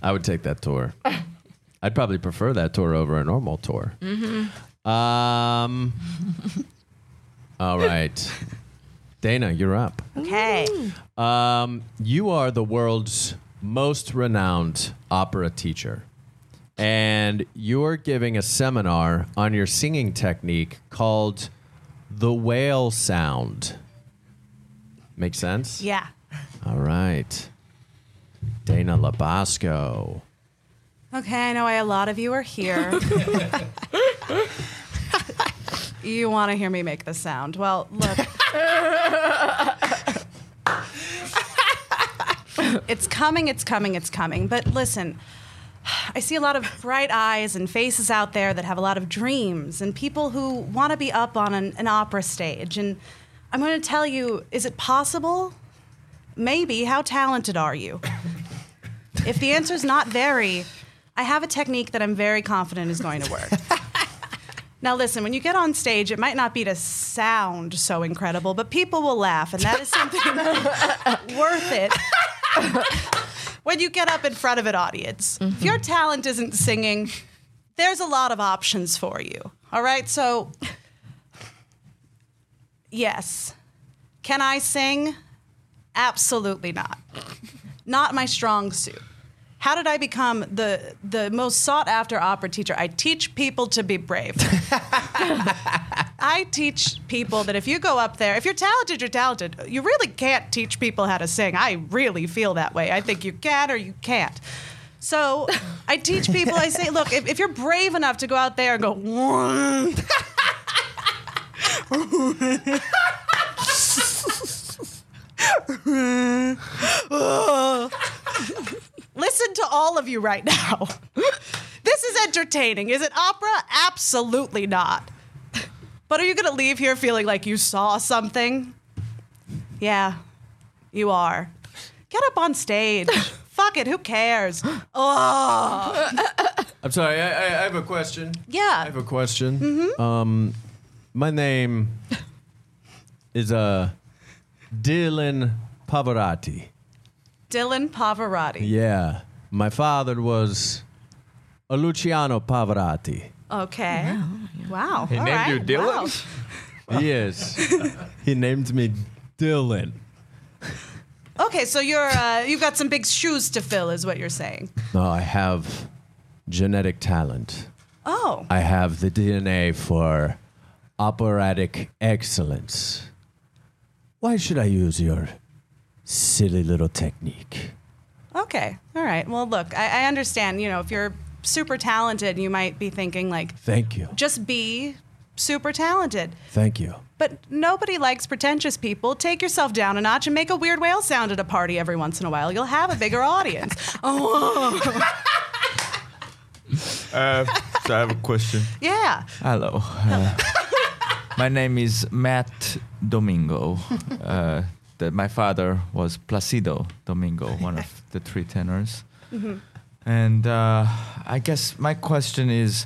C: I would take that tour. I'd probably prefer that tour over a normal tour. Mm-hmm. Um, all right. Dana, you're up.
A: Okay.
C: Um, you are the world's most renowned opera teacher, and you're giving a seminar on your singing technique called the whale sound. Make sense?
A: Yeah.
C: All right. Dana Labasco.
A: Okay, I know why a lot of you are here. you want to hear me make this sound. Well, look. it's coming, it's coming, it's coming. But listen, I see a lot of bright eyes and faces out there that have a lot of dreams and people who want to be up on an, an opera stage. And I'm going to tell you is it possible? Maybe. How talented are you? If the answer's not very, I have a technique that I'm very confident is going to work. now, listen, when you get on stage, it might not be to sound so incredible, but people will laugh, and that is something worth it. when you get up in front of an audience, if your talent isn't singing, there's a lot of options for you. All right, so yes. Can I sing? Absolutely not not my strong suit. How did I become the the most sought after opera teacher? I teach people to be brave. I teach people that if you go up there, if you're talented, you're talented. You really can't teach people how to sing. I really feel that way. I think you can or you can't. So I teach people, I say, look, if, if you're brave enough to go out there and go, "Wah," listen to all of you right now. this is entertaining. Is it opera? Absolutely not. But are you going to leave here feeling like you saw something? Yeah, you are. Get up on stage. Fuck it, who cares?
C: I'm sorry, I, I, I have a question. I
A: Yeah. Mm-hmm.
C: have a question. Um, my name is uh, Dylan Pavarotti.
A: Dylan Pavarotti.
C: Yeah. My father was a Luciano Pavarotti.
A: Okay. Wow.
H: He
A: All
H: named you
A: right.
H: Dylan?
A: Wow.
C: Yes. he named me Dylan.
A: Okay, so you're uh, you've got some big shoes to fill, is what you're saying.
C: No, I have genetic talent.
A: Oh,
C: I have the DNA for operatic excellence. Why should I use your silly little technique?
A: okay. All right. Well, look, I, I understand. You know, if you're super talented, you might be thinking like,
C: Thank you.
A: just be super talented.
C: Thank you.
A: But nobody likes pretentious people. Take yourself down a notch and make a weird whale sound at a party every once in a while. You'll have a bigger audience. Oh,
D: Uh, So I have a question.
A: Yeah.
D: Hello. Uh, my name is Matt Domingo. Uh, that my father was Placido Domingo, one of the three tenors. And uh, I guess my question is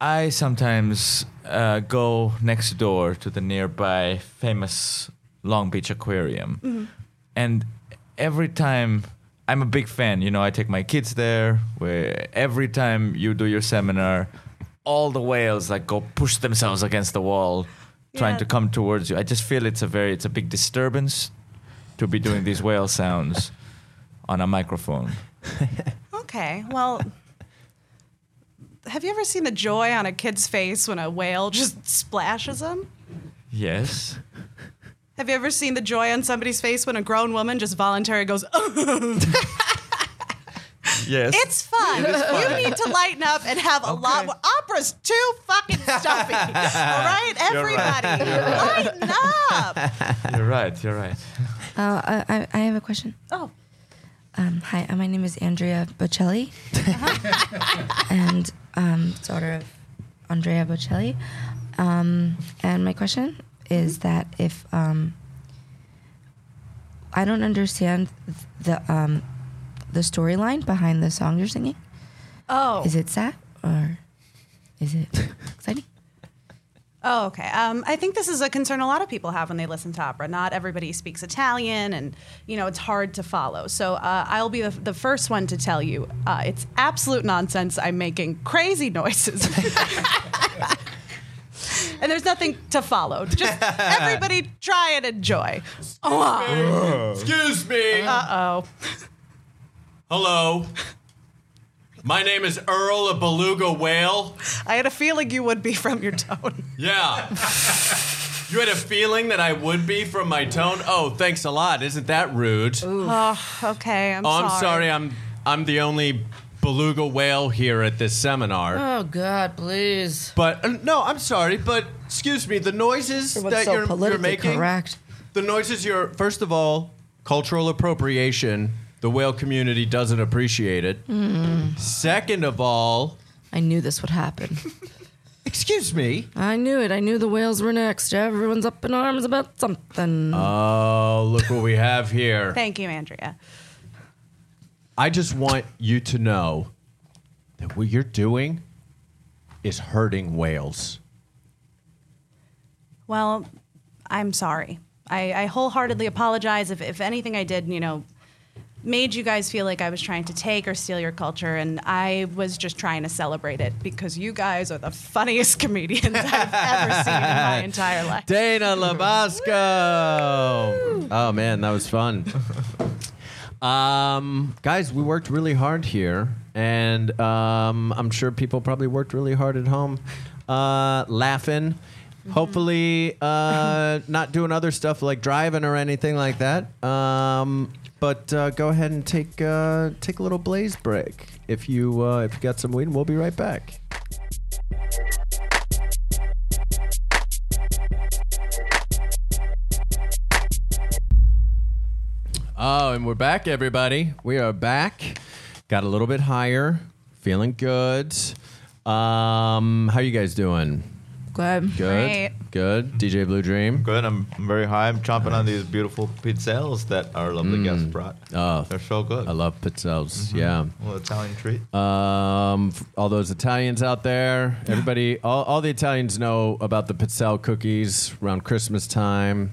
D: I sometimes uh, go next door to the nearby famous Long Beach Aquarium. And every time I'm a big fan, you know, I take my kids there, where every time you do your seminar, all the whales like go push themselves against the wall trying
A: Yeah.
D: to come towards you. I just feel it's a very it's a big disturbance to be doing these whale sounds on a microphone.
A: Okay. Well, have you ever seen the joy on a kid's face when a whale just splashes them?
D: Yes.
A: Have you ever seen the joy on somebody's face when a grown woman just voluntarily goes,
D: Yes.
A: It's fun. You need to lighten up and have a lot more. Opera's too fucking stuffy. all right, everybody, lighten up.
D: you're right, you're right.
E: Uh, I, I- I have a question.
A: Oh,
E: Um, hi, uh, my name is Andrea Bocelli, Uh-huh. and um, daughter of Andrea Bocelli. Um, and my question is that if um, I don't understand the um, the storyline behind the song you're singing,
A: oh.
E: is it sad or Is it exciting?
A: Oh, okay. Um, I think this is a concern a lot of people have when they listen to opera. Not everybody speaks Italian, and you know it's hard to follow. So uh, I'll be the, the first one to tell you uh, it's absolute nonsense. I'm making crazy noises, and there's nothing to follow. Just everybody try and enjoy.
C: Excuse me.
A: Uh oh.
C: Hello. My name is Earl, a beluga whale.
A: I had a feeling you would be from your tone.
C: Yeah. You had a feeling that I would be from my tone. Oh, thanks a lot. Isn't that rude?
A: Oh, okay. I'm
C: oh,
A: sorry.
C: I'm sorry. I'm I'm the only beluga whale here at this seminar.
E: Oh God, please.
C: But uh, no, I'm sorry, but excuse me, the noises
E: It was
C: that
E: so
C: you're, you're
E: politically
C: making,
E: correct.
C: the noises you're, first of all, cultural appropriation. The whale community doesn't appreciate it.
E: Mm-hmm.
C: Second of all,
E: I knew this would happen.
C: excuse me.
E: I knew it. I knew the whales were next. Everyone's up in arms about something.
C: Oh, look what we have here.
A: Thank you, Andrea.
C: I just want you to know that what you're doing is hurting whales.
A: Well, I'm sorry. I, I wholeheartedly apologize if, if anything I did, you know, made you guys feel like I was trying to take or steal your culture, and I was just trying to celebrate it because you guys are the funniest comedians I've ever seen in my entire life.
C: Dana Labasco. oh man, that was fun. Um, guys, we worked really hard here, and um, I'm sure people probably worked really hard at home, uh, laughing. Hopefully, uh, not doing other stuff like driving or anything like that. Um, but uh, go ahead and take uh, take a little blaze break if you uh, if you got some weed, and we'll be right back. Oh, and we're back, everybody. We are back. Got a little bit higher, feeling good. Um, how you guys doing? Good,
E: Good.
A: Great.
C: good. DJ Blue Dream.
H: Good. I'm, I'm very high. I'm chomping on these beautiful pizzelles that our lovely guest brought.
C: Oh.
H: They're so good.
C: I love pizzelles.
H: little Italian treat.
C: Yeah. Um, f- all those Italians out there, everybody, all, all the Italians know about the pizzelle cookies around Christmas time.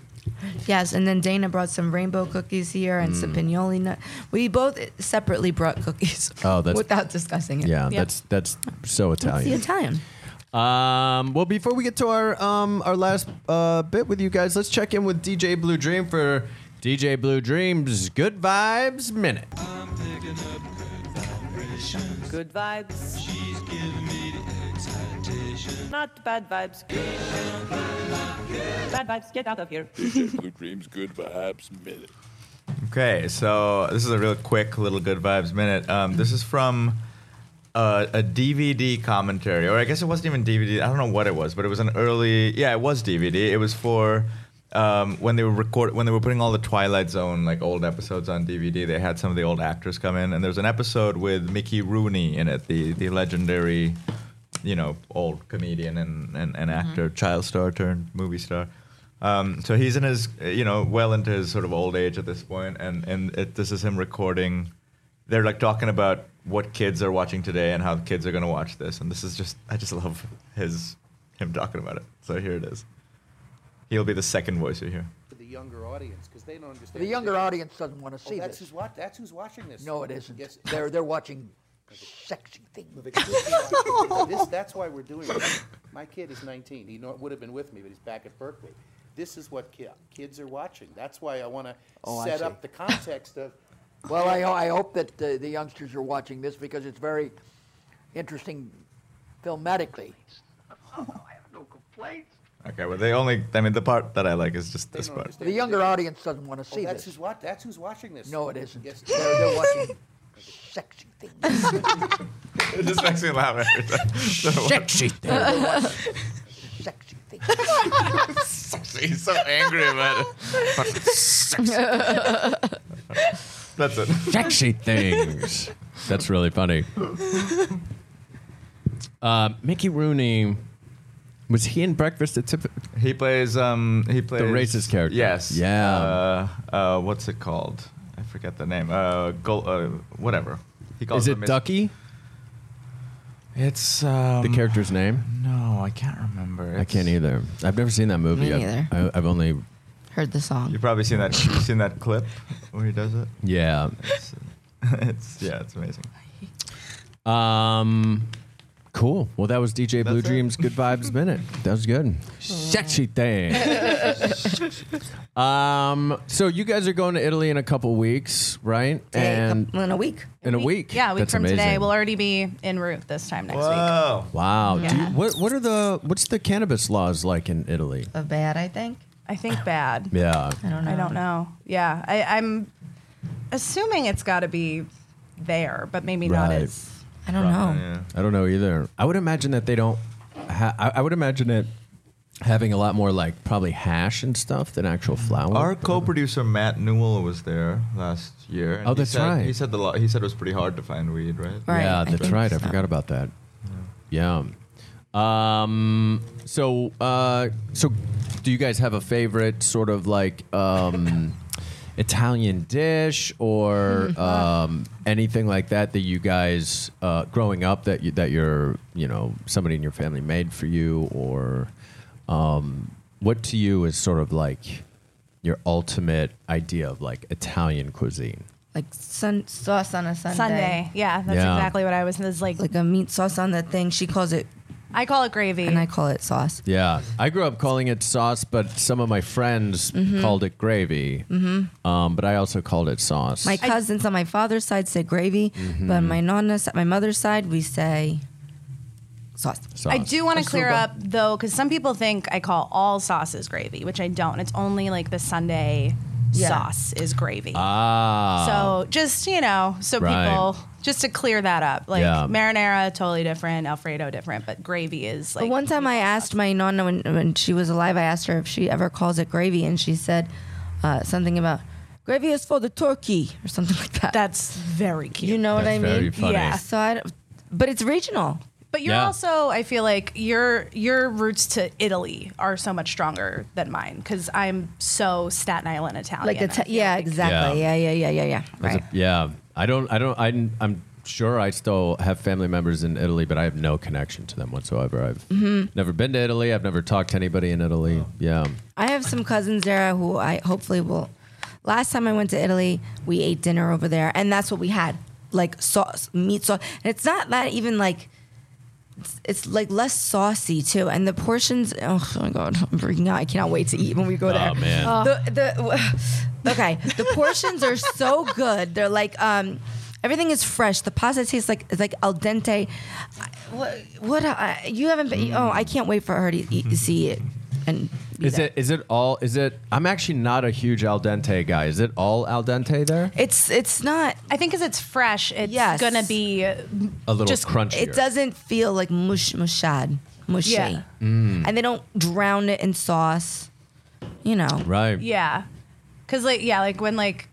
E: Yes, and then Dana brought some rainbow cookies here and
C: Mm.
E: some pinoli nut. We both separately brought cookies.
C: Oh, that's-
E: without discussing it.
C: Yeah, that's that's so
E: It's
C: Italian.
E: the Italian.
C: Um, well, before we get to our um, our last uh, bit with you guys, let's check in with DJ Blue Dream for DJ Blue Dream's Good Vibes Minute.
I: Good vibes. She's giving me the excitation. Not bad vibes. Bad vibes, get out of here.
H: Okay, so this is a real quick little good vibes minute. Um, this is from uh, a DVD commentary, or I guess it wasn't even DVD. I don't know what it was, but it was an early. Yeah, it was DVD. It was for um, when they were record when they were putting all the Twilight Zone like old episodes on DVD. They had some of the old actors come in, and there's an episode with Mickey Rooney in it, the the legendary, you know, old comedian and and, and actor, child star turned movie star. Um, so he's in his, uh, you know, well into his sort of old age at this point, and and it, this is him recording. They're like talking about what kids are watching today and how the kids are going to watch this, and this is just I just love his him talking about it. So here it is. He'll be the second voice you hear.
J: the younger audience because they don't understand.
I: The
J: what
I: younger
J: they-
I: audience doesn't want to
J: Oh,
I: see
J: that's
I: this.
J: who's what? That's who's watching this.
I: No, it isn't.
J: Yes,
I: They're they're watching sexy
J: well,
I: things.
J: the kids are watching this, that's why we're doing it. My kid is 19. He know, would have been with me, but he's back at Berkeley. This is what ki- kids are watching. That's why I want to
I: Oh, I
J: set
I: see.
J: up the context of.
I: Well, I ho- I hope that uh, the youngsters are watching this because it's very interesting filmatically.
H: Okay, well they only I mean the part that I like is just
J: They
H: this
J: don't
H: part.
J: understand
I: The
J: what
I: younger
J: they-
I: audience doesn't want to
J: Oh,
I: see
J: that's
I: this.
J: who's what? That's who's watching this.
I: No, it isn't.
J: Yes,
I: They're, they're watching sexy things.
H: It just makes me laugh every time.
C: Sexy.
I: Sexy things.
H: He's so angry about it. That's it.
C: sexy things. That's really funny. Uh, Mickey Rooney, was he in Breakfast at Tiff-
H: He plays um he plays
C: racist character.
H: Yes.
C: Yeah.
H: Uh, uh, what's it called? I forget the name. Uh, Gol uh whatever. He calls
C: Is it
H: him his-
C: Ducky?
D: It's um,
C: the character's name.
D: No, I can't remember.
C: I can't either. I've never seen that movie.
E: Me
C: I've-
E: neither.
C: I, I've only
E: Heard the song.
D: You've probably seen that. You've seen that clip where he does it.
C: yeah.
D: It's, it's yeah, it's amazing.
C: Um, cool. Well, that was DJ Blue
D: That's it.
C: Dreams Good Vibes Minute. That was good. Sexy thing. um, so you guys are going to Italy in a couple weeks, right?
E: Today,
C: and
E: couple- in a week.
C: in a week.
A: Yeah, a week
C: That's
A: from today.
C: amazing.
A: We'll already be en route this time next week.
D: Whoa.
C: Wow. Do you-
A: Yeah.
C: what what are the what's the cannabis laws like in Italy?
E: Of bad, I think.
A: I think bad.
C: Yeah.
E: I don't know.
A: I
C: Um,
A: don't know. Yeah, I, I'm assuming it's got to be there, but maybe not
C: Right.
A: as.
E: I don't know.
D: Yeah.
C: I don't know either. I would imagine that they don't. Ha- I, I would imagine it having a lot more like probably hash and stuff than actual flour.
D: Our co-producer Matt Newell was there last year. and
C: Oh,
D: he
C: that's
D: said-
C: right.
D: He said the lo- he said it was pretty hard to find weed, right?
E: Right.
C: yeah,
E: I
C: that's
E: think
C: right. I
E: so.
C: forgot about that. Yeah. Um. So, uh, so, do you guys have a favorite sort of like um, Italian dish
E: Mm-hmm.
C: or um, anything like that that you guys uh, growing up that you, that your you know somebody in your family made for you or um, what to you is sort of like your ultimate idea of like Italian cuisine?
E: Like sun sauce on a Sunday.
A: Sunday. Yeah, that's
C: Yeah.
A: exactly what I was. It's like,
E: Like a meat sauce on the thing. She calls it,
A: I call it gravy.
E: and I call it sauce.
C: Yeah, I grew up calling it sauce, but some of my friends
A: Mm-hmm.
C: called it gravy. Mm-hmm. Um, but I also called it sauce.
E: My cousins on my father's side say gravy, but
C: Mm-hmm.
E: my nonna, my mother's side, we say sauce.
C: sauce.
A: I do want to
E: Asuga.
A: clear up though, because some people think I call all sauces gravy, which I don't. It's only like the Sunday
E: Yeah.
A: sauce is gravy.
C: Ah,
A: so just you know, so
C: Right.
A: people just to clear that up, like
C: Yeah.
A: marinara totally different, Alfredo different, but gravy is like
E: But one time I asked my nonna when, when she was alive, I asked her if she ever calls it gravy, and she said uh, something about gravy is for the turkey or something like that.
A: that's very cute.
E: you know what I
C: That's very
E: mean?
C: funny.
A: Yeah.
E: So I, don't- but it's regional.
A: But you're
C: Yeah.
A: also, I feel like your your roots to Italy are so much stronger than mine because I'm so Staten Island Italian.
E: Like the
A: I
E: te-
A: feel
E: yeah,
A: like.
E: exactly. Yeah, yeah, yeah, yeah, yeah.
C: As a-
E: Right.
C: yeah. I don't. I don't. I'm, I'm sure I still have family members in Italy, but I have no connection to them whatsoever. I've
A: Mm-hmm.
C: never been to Italy. I've never talked to anybody in Italy.
A: Oh.
C: Yeah.
E: I have some cousins there who I hopefully will. Last time I went to Italy, we ate dinner over there, and that's what we had like sauce, meat sauce. And it's not that even like, it's, it's like less saucy too. And the portions, oh my God, I'm freaking out. I cannot wait to eat when we go there.
C: Oh man.
E: The, the, okay, the portions are so good. They're like, um, everything is fresh. The pasta tastes like it's like al dente. I- What, what I, you haven't been, oh, I can't wait for her to eat, see it. And be
C: Is
E: there.
C: it is it all is it I'm actually not a huge al dente guy. Is it all al dente there?
E: It's it's not.
A: I think because it's fresh, it's
E: Yes.
A: gonna be
C: A little
A: Just-
C: crunchy.
E: It doesn't feel like mush mushad mushy,
A: Yeah.
C: Mm.
E: and they don't drown it in sauce. You know,
C: Right.
A: yeah, because like yeah, like when like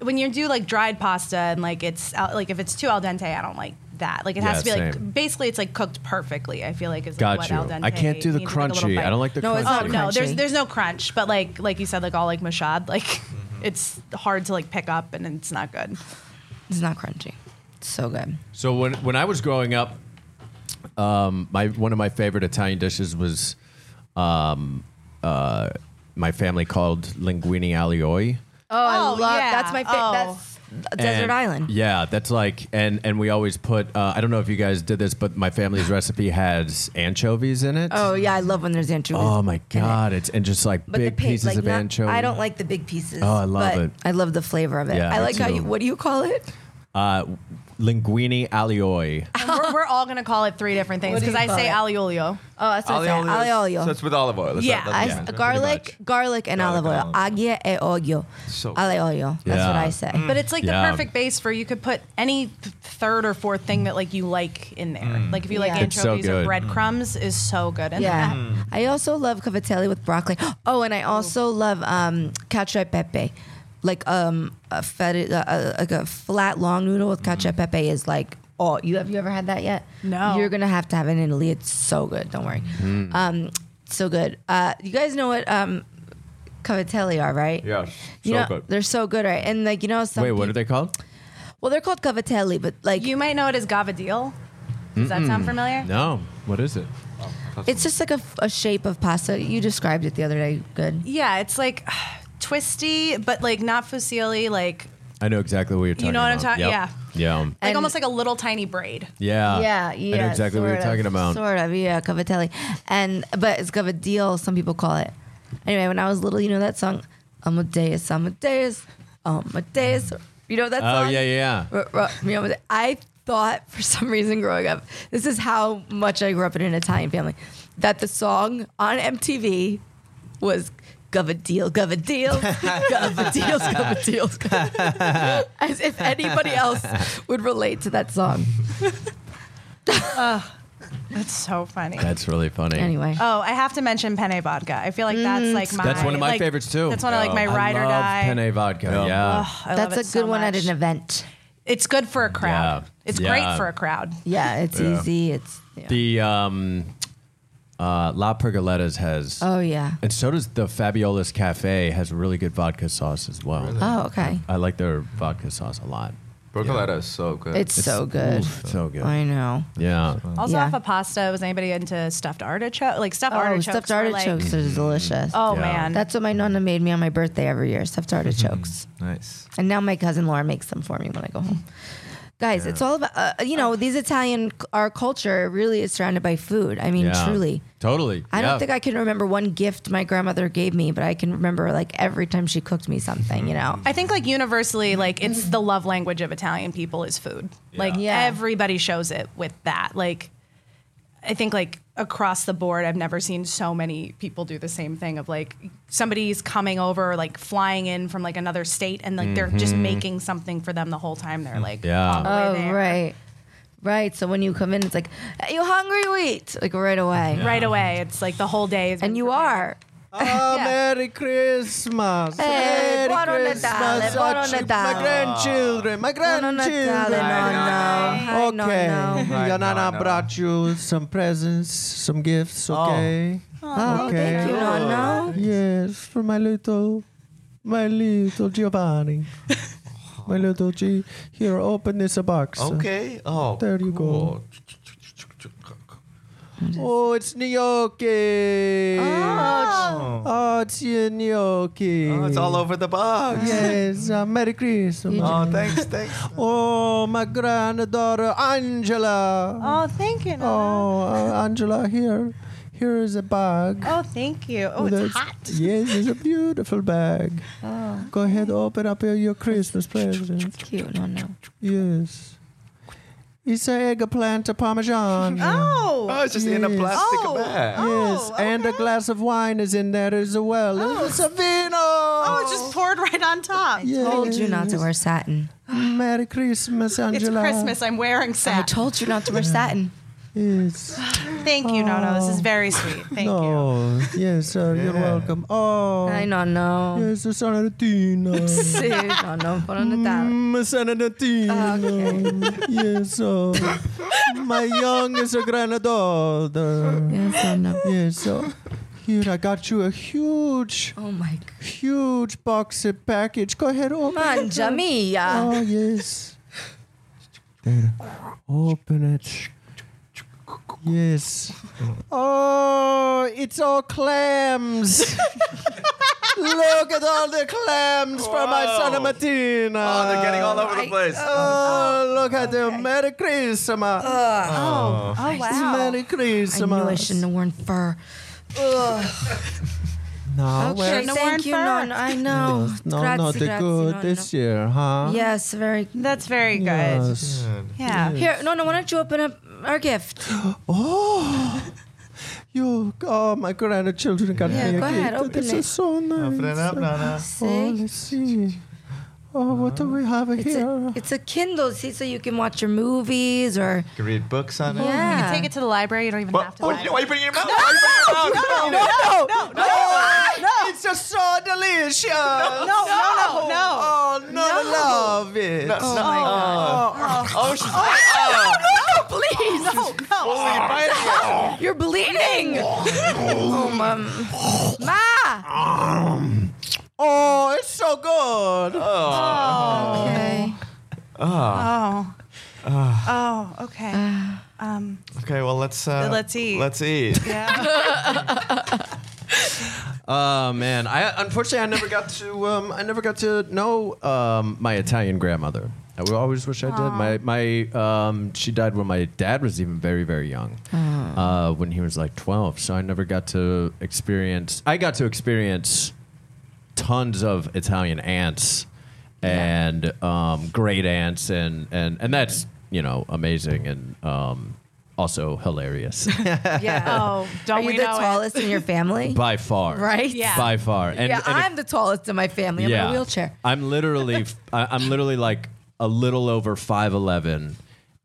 A: when you do like dried pasta and like it's al- like if it's too al dente, I don't like that. Like it has
C: Yeah,
A: to be like
C: same.
A: basically it's like cooked perfectly. I feel like is like,
C: Got
A: what
C: you.
A: al dente.
C: I can't do the
A: means, like, a little
C: crunchy.
A: bite.
C: I don't like the
E: No,
C: crunchy.
E: it's
A: Oh no,
E: Crunchy.
A: there's there's no crunch, but like like you said, like all like mashad, like it's hard to like pick up and it's not good.
E: it's not crunchy. It's so good.
C: So when when I was growing up, um, my one of my favorite Italian dishes was, um, uh, my family called linguine alioi.
E: Oh, I
A: Oh,
E: love
A: yeah.
E: that's my
A: Oh.
E: favorite. That's desert
C: And-
E: island.
C: Yeah, that's like and and we always put. Uh, I don't know if you guys did this, but my family's recipe has anchovies in it.
E: Oh yeah, I love when there's anchovies.
C: Oh my god! It's and just like
E: But
C: big
E: the pig,
C: pieces
E: like
C: of
E: not-
C: anchovies.
E: I don't like the big pieces.
C: Oh, I love
E: but
C: it.
E: I love the flavor of it.
C: Yeah,
E: I
C: me
E: like how
C: too.
E: you. What do you call it?
C: uh, linguine alioi.
A: And we're, we're all gonna call it three different things
E: What do
A: because
E: you
A: I
E: call
A: say
E: it?
A: aliolio.
E: Oh, that's what
D: Olio
E: I said.
D: is-
E: Alio olio.
D: So it's with olive oil. That's
A: Yeah,
D: not,
E: I,
D: that's pretty
E: garlic,
D: much.
E: garlic, and
D: Garlic
E: olive oil.
D: and olive
E: Aglio e olio.
D: So-
E: Aglio olio. That's what
C: Yeah.
E: I say.
A: But it's like
C: Yeah.
A: the perfect base for you could put any th- third or fourth thing that like you like in there. Like if you like
E: Yeah. It's
C: so
A: anchovies or
C: good.
A: breadcrumbs is so good. in
E: Yeah.
A: that.
E: I also love cavatelli with broccoli. Oh, and I also love um, cacio e pepe. Like um, a, feta, uh, uh, like a flat long noodle with cacio e pepe is like, oh, you have you ever had that yet?
A: No.
E: You're going to have to have it in Italy. It's so good. Don't worry. Um, so good. Uh, you guys know what um, cavatelli are, right?
D: Yeah,
E: You
D: so
E: know,
D: good.
E: They're so good, right? And like, you know, some
C: Wait, what are
E: peop-
C: they called?
E: Well, they're called cavatelli, but like,
A: You might know it as gavadil. Does that sound familiar?
C: No. What is it?
E: It's just like a, f- a shape of pasta. You described it the other day. Good.
A: Yeah, it's like twisty, but like not fusilli, like
C: I know exactly what you're talking
A: You know what I'm
C: about.
A: talking-
C: Yep. Yeah.
A: like almost like a little tiny braid.
C: Yeah.
E: Yeah, yeah.
C: I know exactly what
E: sort
C: you're talking
E: of,
C: about.
E: Sort of, yeah, cavatelli. And but it's cavadil, some people call it. Anyway, when I was little, you know that song, Amadeus, Amadeus, Amadeus. You know that
C: Oh,
E: song?
C: yeah, yeah, yeah.
E: R- r- you know, I thought for some reason growing up, this is how much I grew up in an Italian family, that the song on MTV was Gavadil, Gavadil, Gavadil, Gavadil, Gavadil. As if anybody else would relate to that song.
A: That's so funny.
C: That's really funny.
E: Anyway.
A: Oh, I have to mention penne vodka. I feel like that's like my
C: Mm. That's one of my
A: like,
C: favorites too.
A: That's one of like my
C: I
A: ride or
C: love
A: die.
C: Penne vodka. Yeah.
A: Ugh, I love
E: That's
A: it
E: a good
A: so
E: one at
A: much.
E: an event.
A: It's good for a crowd.
C: Yeah.
A: It's
C: Yeah.
A: great for a crowd.
E: Yeah, it's
C: Yeah.
E: easy. It's
C: The um, uh, La Pergoletta's has.
E: oh yeah.
C: And so does the Fabiola's Cafe has really good vodka sauce as well.
E: Oh okay.
C: I like their vodka sauce a lot.
H: Percoletta is so good.
E: It's, so good.
C: oof, so good.
E: I know.
C: Yeah.
A: Also
E: Yeah.
A: off of pasta, was anybody into stuffed artichoke? Like stuffed
E: Oh,
A: artichokes.
E: stuffed
A: were, like-
E: artichokes
C: Mm-hmm.
E: are delicious.
A: oh
C: Yeah.
A: man,
E: That's what my nonna made me on my birthday every year, stuffed
C: Mm-hmm.
E: artichokes.
H: nice.
E: And now my cousin Laura makes them for me when I go home. Guys, it's all about uh, you know these Italian our culture really is surrounded by food. I mean,
C: Yeah.
E: truly.
C: Totally.
E: I
C: Yeah.
E: don't think I can remember one gift my grandmother gave me, but I can remember like every time she cooked me something. You know,
A: I think like universally, like it's the love language of Italian people is food. Like
E: Yeah.
A: everybody shows it with that. Like I think like across the board, I've never seen so many people do the same thing of like somebody's coming over, like flying in from like another state, and like they're just making something for them the whole time. They're like,
C: Yeah.
A: on the way
E: Oh,
A: there.
E: right. Right. So when you come in, it's like, Are you hungry? Wait. Like right away.
A: Right away, it's like the whole day, is
E: And you are.
C: Oh, Merry Christmas.
E: Hey, Buon Eh, Natale, Buon
C: Oh, ch-
E: Natale.
C: grandchildren, my
E: No, no, Natale, no, no.
C: Okay.
E: No, no.
H: Right,
C: Your
H: no,
C: nana
H: no.
C: brought you some presents, some gifts, okay?
E: Oh, thank you, no, no.
C: Yes, for my little, my little Giovanni. my little G. Here, open this box.
H: Okay. Oh,
C: There you go.
H: cool.
C: Oh, it's gnocchi.
H: Oh,
C: Oh, it's your gnocchi.
H: it's all over the box.
C: Oh, Yes, uh, Merry Christmas.
H: Oh, thanks, thanks.
C: Oh, my granddaughter Angela.
A: Oh, thank you.
C: Oh, uh, Angela, here, here is a bag.
A: Oh, thank you. Oh,
C: That's- Yes, it's a beautiful bag.
A: Oh.
C: Go ahead, open up your, your Christmas present.
E: It's cute, no, no.
C: Yes, it's an eggplant parmesan.
H: Oh,
A: Oh,
H: it's just in a
C: Yes.
H: plastic
A: Oh.
H: bag.
C: Yes, and a glass of wine is in there as well. Oh. It's a vino.
A: oh, it's just poured right on top.
C: Yes.
E: Told you not to wear satin.
C: Merry Christmas,
A: It's
C: Angela.
A: Christmas. I'm wearing
E: I
A: satin.
E: told you not to wear satin.
C: Yes.
A: Thank you, Nono. This is very sweet. Thank you.
C: no. Oh, Yes, sir. You're welcome. Oh.
E: I no, no.
C: Yes, Senator Tina.
E: Sí, no, no. Buon Natale.
C: Mm, Senator Tina.
A: Oh,
C: Yes, sir. My youngest granddaughter.
E: Yes, no, no.
C: Yes, sir. Here, I got you a huge,
E: Oh my God.
C: huge box and package. Go ahead, open it.
E: Mangia mia.
C: Oh, yes. There. Open it. Yes. Oh, it's all clams. Look at all the clams from my son Martina.
H: Oh, they're getting all over the place.
C: Oh, look at them. Merry Christmas.
A: Oh wow.
C: Merry
E: I
C: Christmas.
E: knew I shouldn't have worn fur.
C: No,
E: Okay,
C: well,
A: Shouldn't have
E: thank
A: worn
E: you,
A: fur.
E: Nonna. I know.
C: no,
E: Grazie,
C: not the
E: grazie,
C: good
E: Nonna.
C: this year, huh?
E: Yes, very good.
A: That's very good.
C: Yes.
A: Yeah.
E: Here, Nonna, why don't you open up our gift?
C: Oh, you, oh, my grandchildren got
E: Yeah,
C: me
E: go
C: a
E: ahead,
C: gift.
E: open
C: this
E: it.
C: is so
E: Mm,
C: nice.
H: Open it up, Nana.
C: Oh,
E: See?
C: let's see. Oh, what do we have
E: It's a,
C: here?
E: it's a Kindle, see, so you can watch your movies or.
H: You can read books on it.
E: Yeah.
A: You can take it to the library. You don't even have
H: What?
A: to.
H: What?
A: buy
H: No, why are you putting it in your mouth? Why are you putting it in your
A: it.
H: mouth?
A: no, no, no, no,
C: It's a so delicious. No,
A: no, no, no.
C: Oh, no, love it.
H: No, no. Oh, oh, she's oh,
E: Please!
H: oh, biting it.
E: You're bleeding! oh, mom. Ma!
C: Oh, it's so good.
H: Oh.
E: Okay.
A: Oh. Oh. Okay. Um,
H: Okay, well let's uh,
A: Let's eat.
H: Let's eat.
C: Oh man, I unfortunately I never got to um, I never got to know um, my Italian grandmother. I will always wish I
K: Aw.
C: did. My my um, she died when my dad was even very very young,
K: Ah.
C: uh, when he was like twelve. So I never got to experience. I got to experience tons of Italian aunts and um, great aunts and and and that's you know amazing and um, also hilarious.
E: Yeah.
A: Oh, don't
E: uh, Are you
A: we
E: the
A: know it?
E: tallest in your family?
C: By far,
E: Right?
C: Yeah. By far, and,
E: yeah,
C: and if- Oh,
E: I'm the tallest in my family. I'm in a wheelchair.
C: I'm literally, I, I'm literally like a little over five eleven,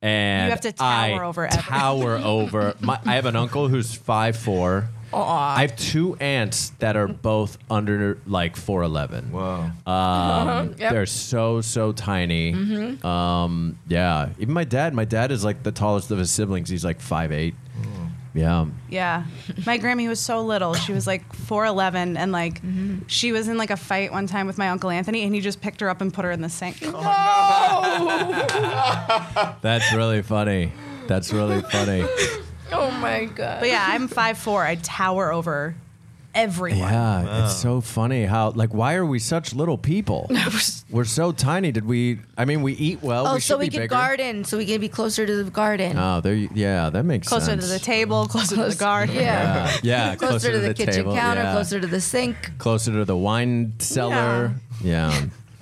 C: and
A: You have to tower
C: I
A: over everyone.
C: tower over. My, I have an uncle who's five four.
E: Aw.
C: I have two aunts that are both under like four eleven.
H: Wow,
C: um,
E: Yep.
C: they're so so tiny.
E: Mhm.
C: Um, yeah, even my dad. My dad is like the tallest of his siblings. He's like five eight. Yeah.
A: Yeah. My Grammy was so little. She was like 4'11 and like she was in like a fight one time with my uncle Anthony and he just picked her up and put her in the sink.
C: That's really funny. That's really funny.
E: Oh my god.
A: But yeah, I'm 5'4. I tower over everyone.
C: Yeah, it's so funny how like why are we such little people? We're so tiny. Did we? I mean, we eat well.
E: oh,
C: we should
E: so we
C: be
E: can
C: bigger.
E: garden. So we can be closer to the garden.
C: Oh, there. You, yeah, that makes
A: Closer
C: sense.
A: to the table, closer to the garden.
E: Yeah.
C: Yeah, yeah,
E: closer, to the, kitchen
C: table,
E: counter,
C: yeah.
E: closer to the sink,
C: Closer to the wine cellar. Yeah.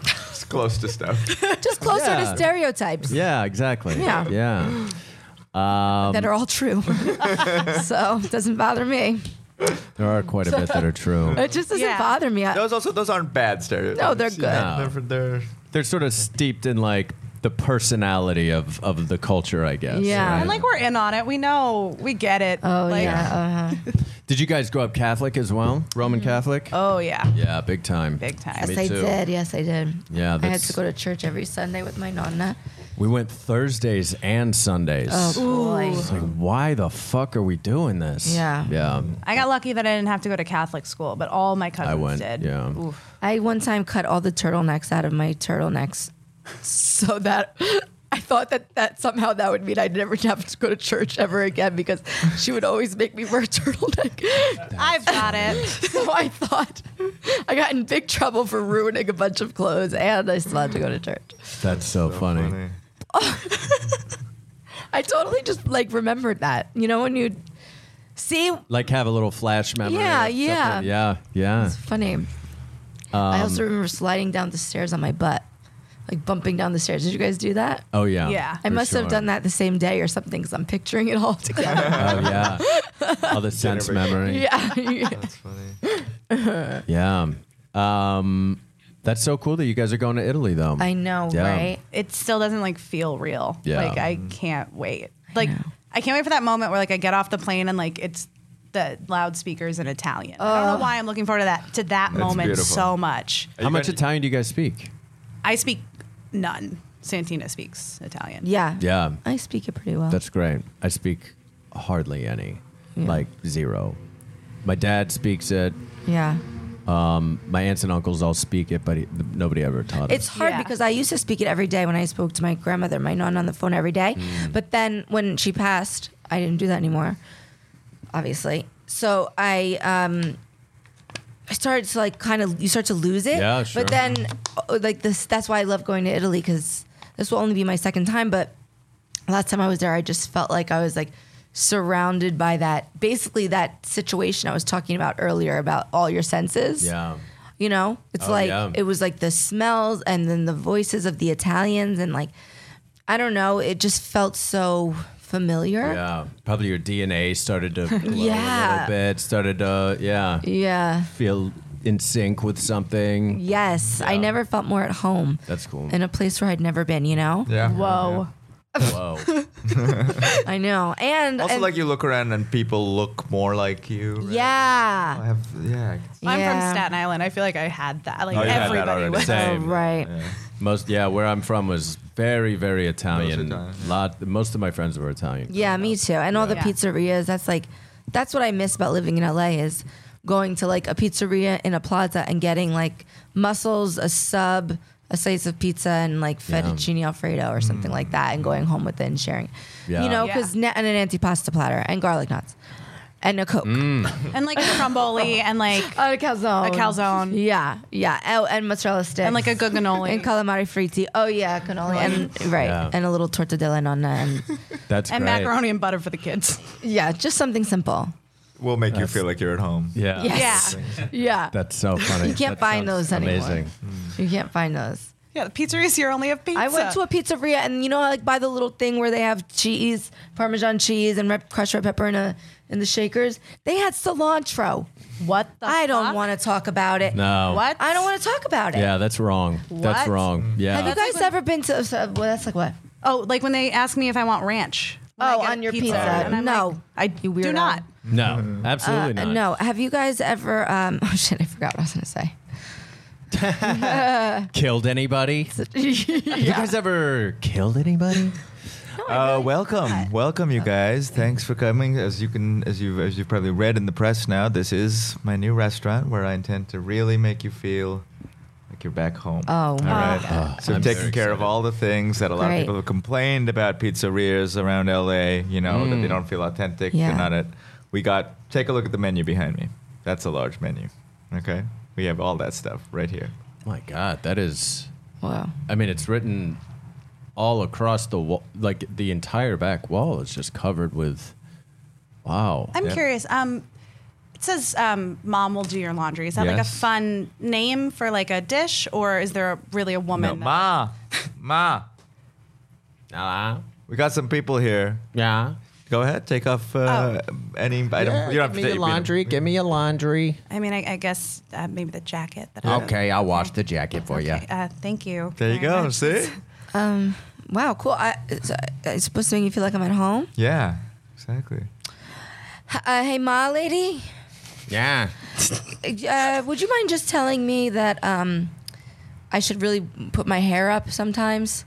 C: Yeah.
D: It's close to stuff.
E: just closer
C: Yeah.
E: to stereotypes
C: exactly.
E: Yeah.
C: Yeah. Um,
E: that are all true. so it doesn't bother me.
C: there are quite a bit that are true.
E: It just doesn't bother me. I-
H: Those also those aren't bad stereotypes.
E: No, they're good.
C: No.
H: They're, they're
C: They're sort of steeped in like the personality of of the culture, I guess.
A: Yeah.
C: right?
A: And like we're in on it. We know. We get it. Oh, like,
E: yeah. Uh-huh.
C: Did you guys grow up Catholic as well? Roman
E: Mm-hmm.
C: Catholic?
A: Oh, yeah.
C: Yeah, big time.
A: Big time.
E: Yes,
C: Me
E: I
C: too.
E: did. Yes, I did.
C: Yeah,
E: I had
C: that's,
E: to go to church every Sunday with my nonna.
C: we went Thursdays and Sundays.
E: Oh boy.
C: It's like, why the fuck are we doing this?
E: Yeah.
C: Yeah.
A: I got lucky that I didn't have to go to Catholic school, but all my cousins
C: I went.
A: did.
C: Yeah.
E: I one time cut all the turtlenecks out of my turtlenecks, so that I thought that that somehow that would mean I'd never have to go to church ever again because she would always make me wear a turtleneck.
A: I've got it.
E: so I thought I got in big trouble for ruining a bunch of clothes, and I still had to go to church.
C: That's so, funny.
E: I totally just like remembered that. You know when you see
C: Like have a little flash memory.
E: Yeah,
C: of something.
E: yeah.
C: Yeah. Yeah.
E: funny. I also
C: Um,
E: remember sliding down the stairs on my butt, like bumping down the stairs. Did you guys do that?
C: Oh yeah.
E: I
C: for
E: must have
C: sure.
E: done that the same day or something because I'm picturing it all together.
C: Oh yeah. All the sense memory.
E: yeah.
C: Yeah. Um that's so cool that you guys are going to Italy though.
E: I know,
C: Yeah.
E: right?
A: It still doesn't like feel real.
C: Yeah.
A: Like I can't wait. Like I can't wait for that moment where like I get off the plane and like it's the loudspeakers in Italian. I
E: Oh.
A: don't know why I'm looking forward to that to that
D: That's
A: moment
D: beautiful.
A: so much.
C: How much Italian do you guys speak?
A: I speak none. Santina speaks Italian.
E: Yeah.
C: Yeah.
E: I speak it pretty well.
C: That's great. I speak hardly any,
E: Yeah.
C: like zero. My dad speaks it.
E: yeah.
C: Um, my aunts and uncles all speak it, but he, nobody ever taught
E: It's
C: us.
E: hard because I used to speak it every day when I spoke to my grandmother, my non on the phone every day.
C: Mm.
E: But then when she passed, I didn't do that anymore, obviously. So I um I started to like kind of you start to lose it.
C: Yeah, sure.
E: But then uh, like this that's why I love going to Italy cuz this will only be my second time, but last time I was there I just felt like I was like surrounded by that basically that situation I was talking about earlier about all your senses.
C: Yeah.
E: You know, it's
C: Oh,
E: like
C: yeah.
E: it was like the smells and then the voices of the Italians and like I don't know, it just felt so familiar.
C: Yeah. Probably your DNA started to glow
E: Yeah.
C: a little bit, started to, yeah,
E: Yeah.
C: feel in sync with something.
E: Yes, I never felt more at home
C: That's cool.
E: in a place where I'd never been, you know?
D: Yeah.
A: Whoa.
C: Whoa.
E: I know. And
H: also
E: and-
H: like you look around and people look more like you. right? I
E: Yeah.
H: have yeah.
A: I'm
E: Yeah.
A: from Staten Island. I feel like I had that. Like
H: Oh, you had that
A: everybody
H: already.
A: was.
E: Oh,
C: Same.
E: right.
C: Most, yeah, where I'm from was very, very Italian.
H: Italian,
C: Lot, most of my friends were Italian.
E: Yeah, me too. And all the
A: Yeah.
E: pizzerias, that's like that's what I miss about living in LA is going to like a pizzeria in a plaza and getting like mussels, a sub, a slice of pizza and like fettuccine alfredo or something like that, and going home with it and sharing.
A: Mm. Yeah.
E: You know,
A: Yeah.
E: because and an antipasta platter and garlic nuts and a coke.
A: Mm. and like a crumboli and like
E: a calzone.
A: A calzone.
E: Oh, Yeah, yeah. Oh, and mozzarella sticks.
A: And like a good cannoli.
E: And calamari fritti. Oh, yeah, cannoli. And, right.
C: Yeah.
E: And a little tortadilla nonna. And,
C: That's
A: and
C: great.
A: macaroni and butter for the kids.
E: yeah, just something simple.
H: We'll make you feel like you're at home.
C: Yeah.
E: Yes. Yeah. yeah.
C: That's so funny.
E: You can't
C: That
E: find
C: sounds
E: those anymore.
C: Amazing.
E: You can't find those.
A: Yeah, the pizzerias here only have pizza.
E: I went to a pizzeria and you know like by the little thing where they have cheese, parmesan cheese and red, crushed red pepper in a in the shakers. They had cilantro. What the I don't want to talk about it.
D: Oh.
C: No. What?
E: I don't want to talk about it.
C: Yeah, that's wrong.
E: What? Mm-hmm.
C: That's wrong. Yeah.
E: Have you guys ever been to so- well that's like what?
A: Oh, like when they ask me if I want ranch. when I
E: Oh,
A: get
E: on your
A: pizza,
E: pizza.
A: and I'm
E: No.
A: like, I do
E: weirdo.
A: not.
C: no, absolutely
E: Uh,
C: not.
E: No. Have you guys ever um oh shit, I forgot what I was going to say.
C: Killed anybody? Have you guys ever killed anybody?
D: Uh, welcome, welcome, you guys. Thanks for coming. As you can, as you as you've probably read in the press now, this is my new restaurant where I intend to really make you feel like you're back home.
E: Oh,
D: all
E: my
D: right.
C: God.
D: so I'm
C: I'm
D: taking
C: very
D: care of all the things that a lot
E: Great.
D: of people have complained about pizzerias around LA. You know that they don't feel authentic.
E: Yeah.
D: They're not at. We got. Take a look at the menu behind me. That's a large menu. Okay, we have all that stuff right here.
C: My God, that is.
E: Wow.
C: I mean, it's written all across the wall. Like the entire back wall is just covered with. Wow.
A: I'm
D: Yeah.
A: curious. Um, it says um, "Mom will do your laundry." Is that like a
D: Yes.
A: fun name for like a dish, or is there a, really a woman?
D: No,
E: uh,
A: that-
H: Ma, ma.
D: We got some people here.
C: yeah.
D: Go ahead, take off uh,
E: Oh.
D: any item. you don't have to take
C: Give me your laundry.
A: I mean, I, I guess uh, maybe the jacket. That I
C: Okay, I'll wash the jacket for you.
A: Okay, uh, thank you.
D: There you
A: very
D: go.
A: much.
D: See?
E: Wow, cool. I, it's, uh, it's supposed to make you feel like I'm at home.
D: Yeah, exactly.
E: H- Uh, hey, ma, lady.
C: Yeah.
E: Uh, would you mind just telling me that um, I should really put my hair up sometimes?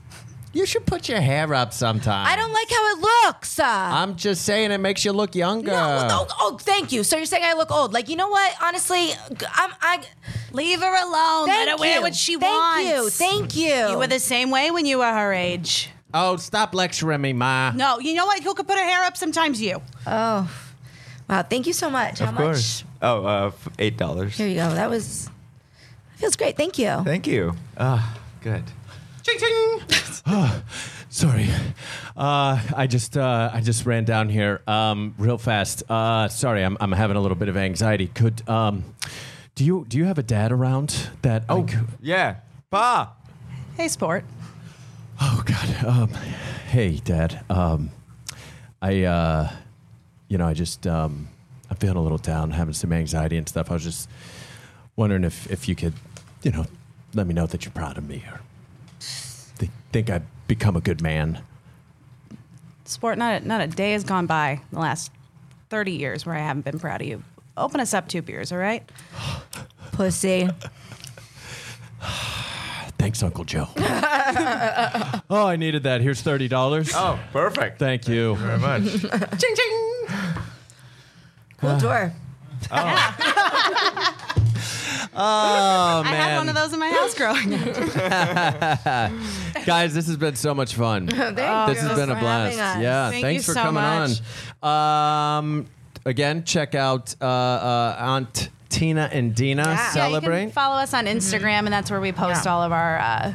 C: You should put your hair up sometime.
E: I don't like how it looks. Uh,
C: I'm just saying it makes you look younger.
E: no, oh, oh, thank you. So you're saying I look old? Like you know what? Honestly, I'm. I
A: Leave her alone.
E: thank
A: Let her
E: you.
A: wear what she
E: thank
A: wants.
E: you. Thank you.
A: You were the same way when you were her age.
C: Oh, stop lecturing me, Ma.
A: No, you know what? Who could put her hair up? Sometimes you.
E: oh, wow. Thank you so much. how
D: of course.
E: much?
D: Oh, uh, f- eight dollars.
E: Here you go. That was. Feels great. Thank you.
D: Thank you. Ah, good.
C: Sorry. Uh, I just uh, I just ran down here um, real fast. Uh, sorry, I'm, I'm having a little bit of anxiety. Could um, do you do you have a dad around that? Oh,
D: Yeah, pa.
A: Hey, sport.
C: oh God. Um, hey, Dad. Um, I uh, you know I just um, I'm feeling a little down, having some anxiety and stuff. I was just wondering if if you could you know let me know that you're proud of me or th- think I've become a good man.
A: Sport, not a, not a day has gone by in the last 30 years where I haven't been proud of you. Open us up two beers, all right?
E: Pussy.
C: Thanks, Uncle Joe. oh, I needed that. Here's thirty dollars.
H: Oh, perfect.
C: Thank you.
D: Very much.
A: Ching, ching.
E: Cool door.
C: Oh
A: I had one of those in my house growing up.
C: guys, this has been so much fun.
E: Thank
C: this
E: you
C: has been a
E: for
C: blast.
E: having us.
C: Yeah,
A: Thank
C: thanks
A: you
C: for
A: so
C: coming
A: much.
C: on. Um, again, check out uh, uh, Aunt Tina and Dina
E: Yeah.
A: Yeah, you
C: celebrate.
A: can follow us on Instagram, and that's where we post
E: Yeah.
A: all of our uh,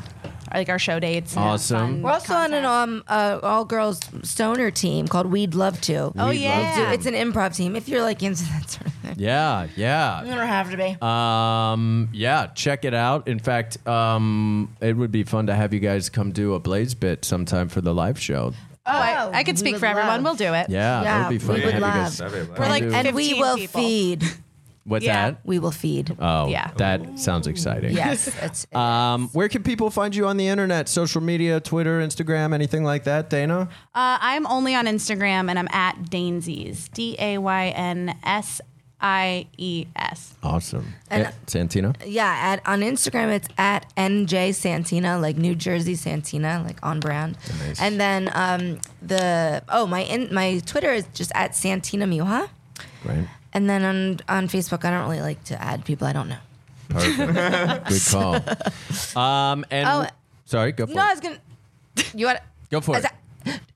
A: like our show dates. and
C: Awesome.
A: fun
E: We're also
A: content.
E: on an um, uh, all girls stoner team called We'd Love To.
A: Oh
C: We'd love
A: yeah.
E: It's an improv team if you're like into that sort of thing.
C: yeah, yeah.
E: You don't have to
C: Uh,
E: be.
C: Um, yeah, check it out. In fact, um, it would be fun to have you guys come do a Blaze bit sometime for the live show.
A: I, I can
E: we
A: speak
E: would
A: for everyone.
E: love.
A: We'll do it.
C: Yeah,
E: Yeah,
C: that would be
E: we
C: fun to
E: would
C: have you guys.
E: love.
H: That'd be
A: We're like
C: And-
E: And we
A: 15
E: will
A: people.
E: feed.
C: What's
A: Yeah.
C: that?
E: We will feed.
C: Oh,
A: Yeah.
C: That sounds exciting.
E: yes. It's,
C: Um, where can people find you on the internet? Social media, Twitter, Instagram, anything like that, Dana?
A: Uh, I'm only on Instagram, and I'm at Dainsies. D A Y N S I E S.
C: Awesome.
E: And- uh,
C: Yeah, Santina?
E: yeah. At, on Instagram, it's at NJ Santina, like New Jersey Santina, like on brand. And then um, the, oh, my in, my Twitter is just at Santina Miuha.
C: Right.
E: And then on, on Facebook, I don't really like to add people I don't know.
C: Perfect. Good call. Um, and
E: Oh.
C: sorry, go for
E: no, I
C: it.
E: was gonna. You want
C: Go for it.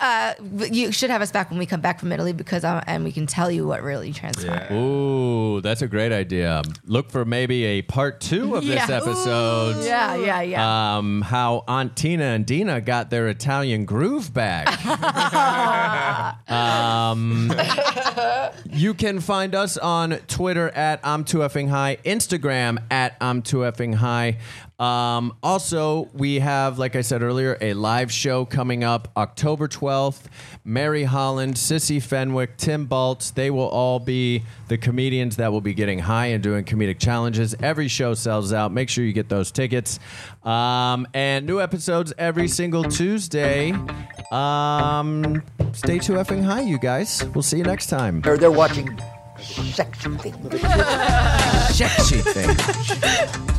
E: uh, you should have us back when we come back from Italy because i and we can tell you what really transpired.
C: Ooh, that's a great idea. Look for maybe a part two of this
E: Yeah.
C: episode.
E: Yeah, yeah, yeah.
C: Um, how Aunt Tina and Dina got their Italian groove back. um, you can find us on Twitter at I'm Too Effing High, Instagram at I'm Too Effing High. Um, also, we have, like I said earlier, a live show coming up October 12th. Mary Holland, Sissy Fenwick, Tim Baltz, they will all be the comedians that will be getting high and doing comedic challenges. Every show sells out. Make sure you get those tickets. Um, and new episodes every single Tuesday. Um, stay too effing high, you guys. We'll see you next time.
L: Or they're watching sexy things.
C: Sexy thing.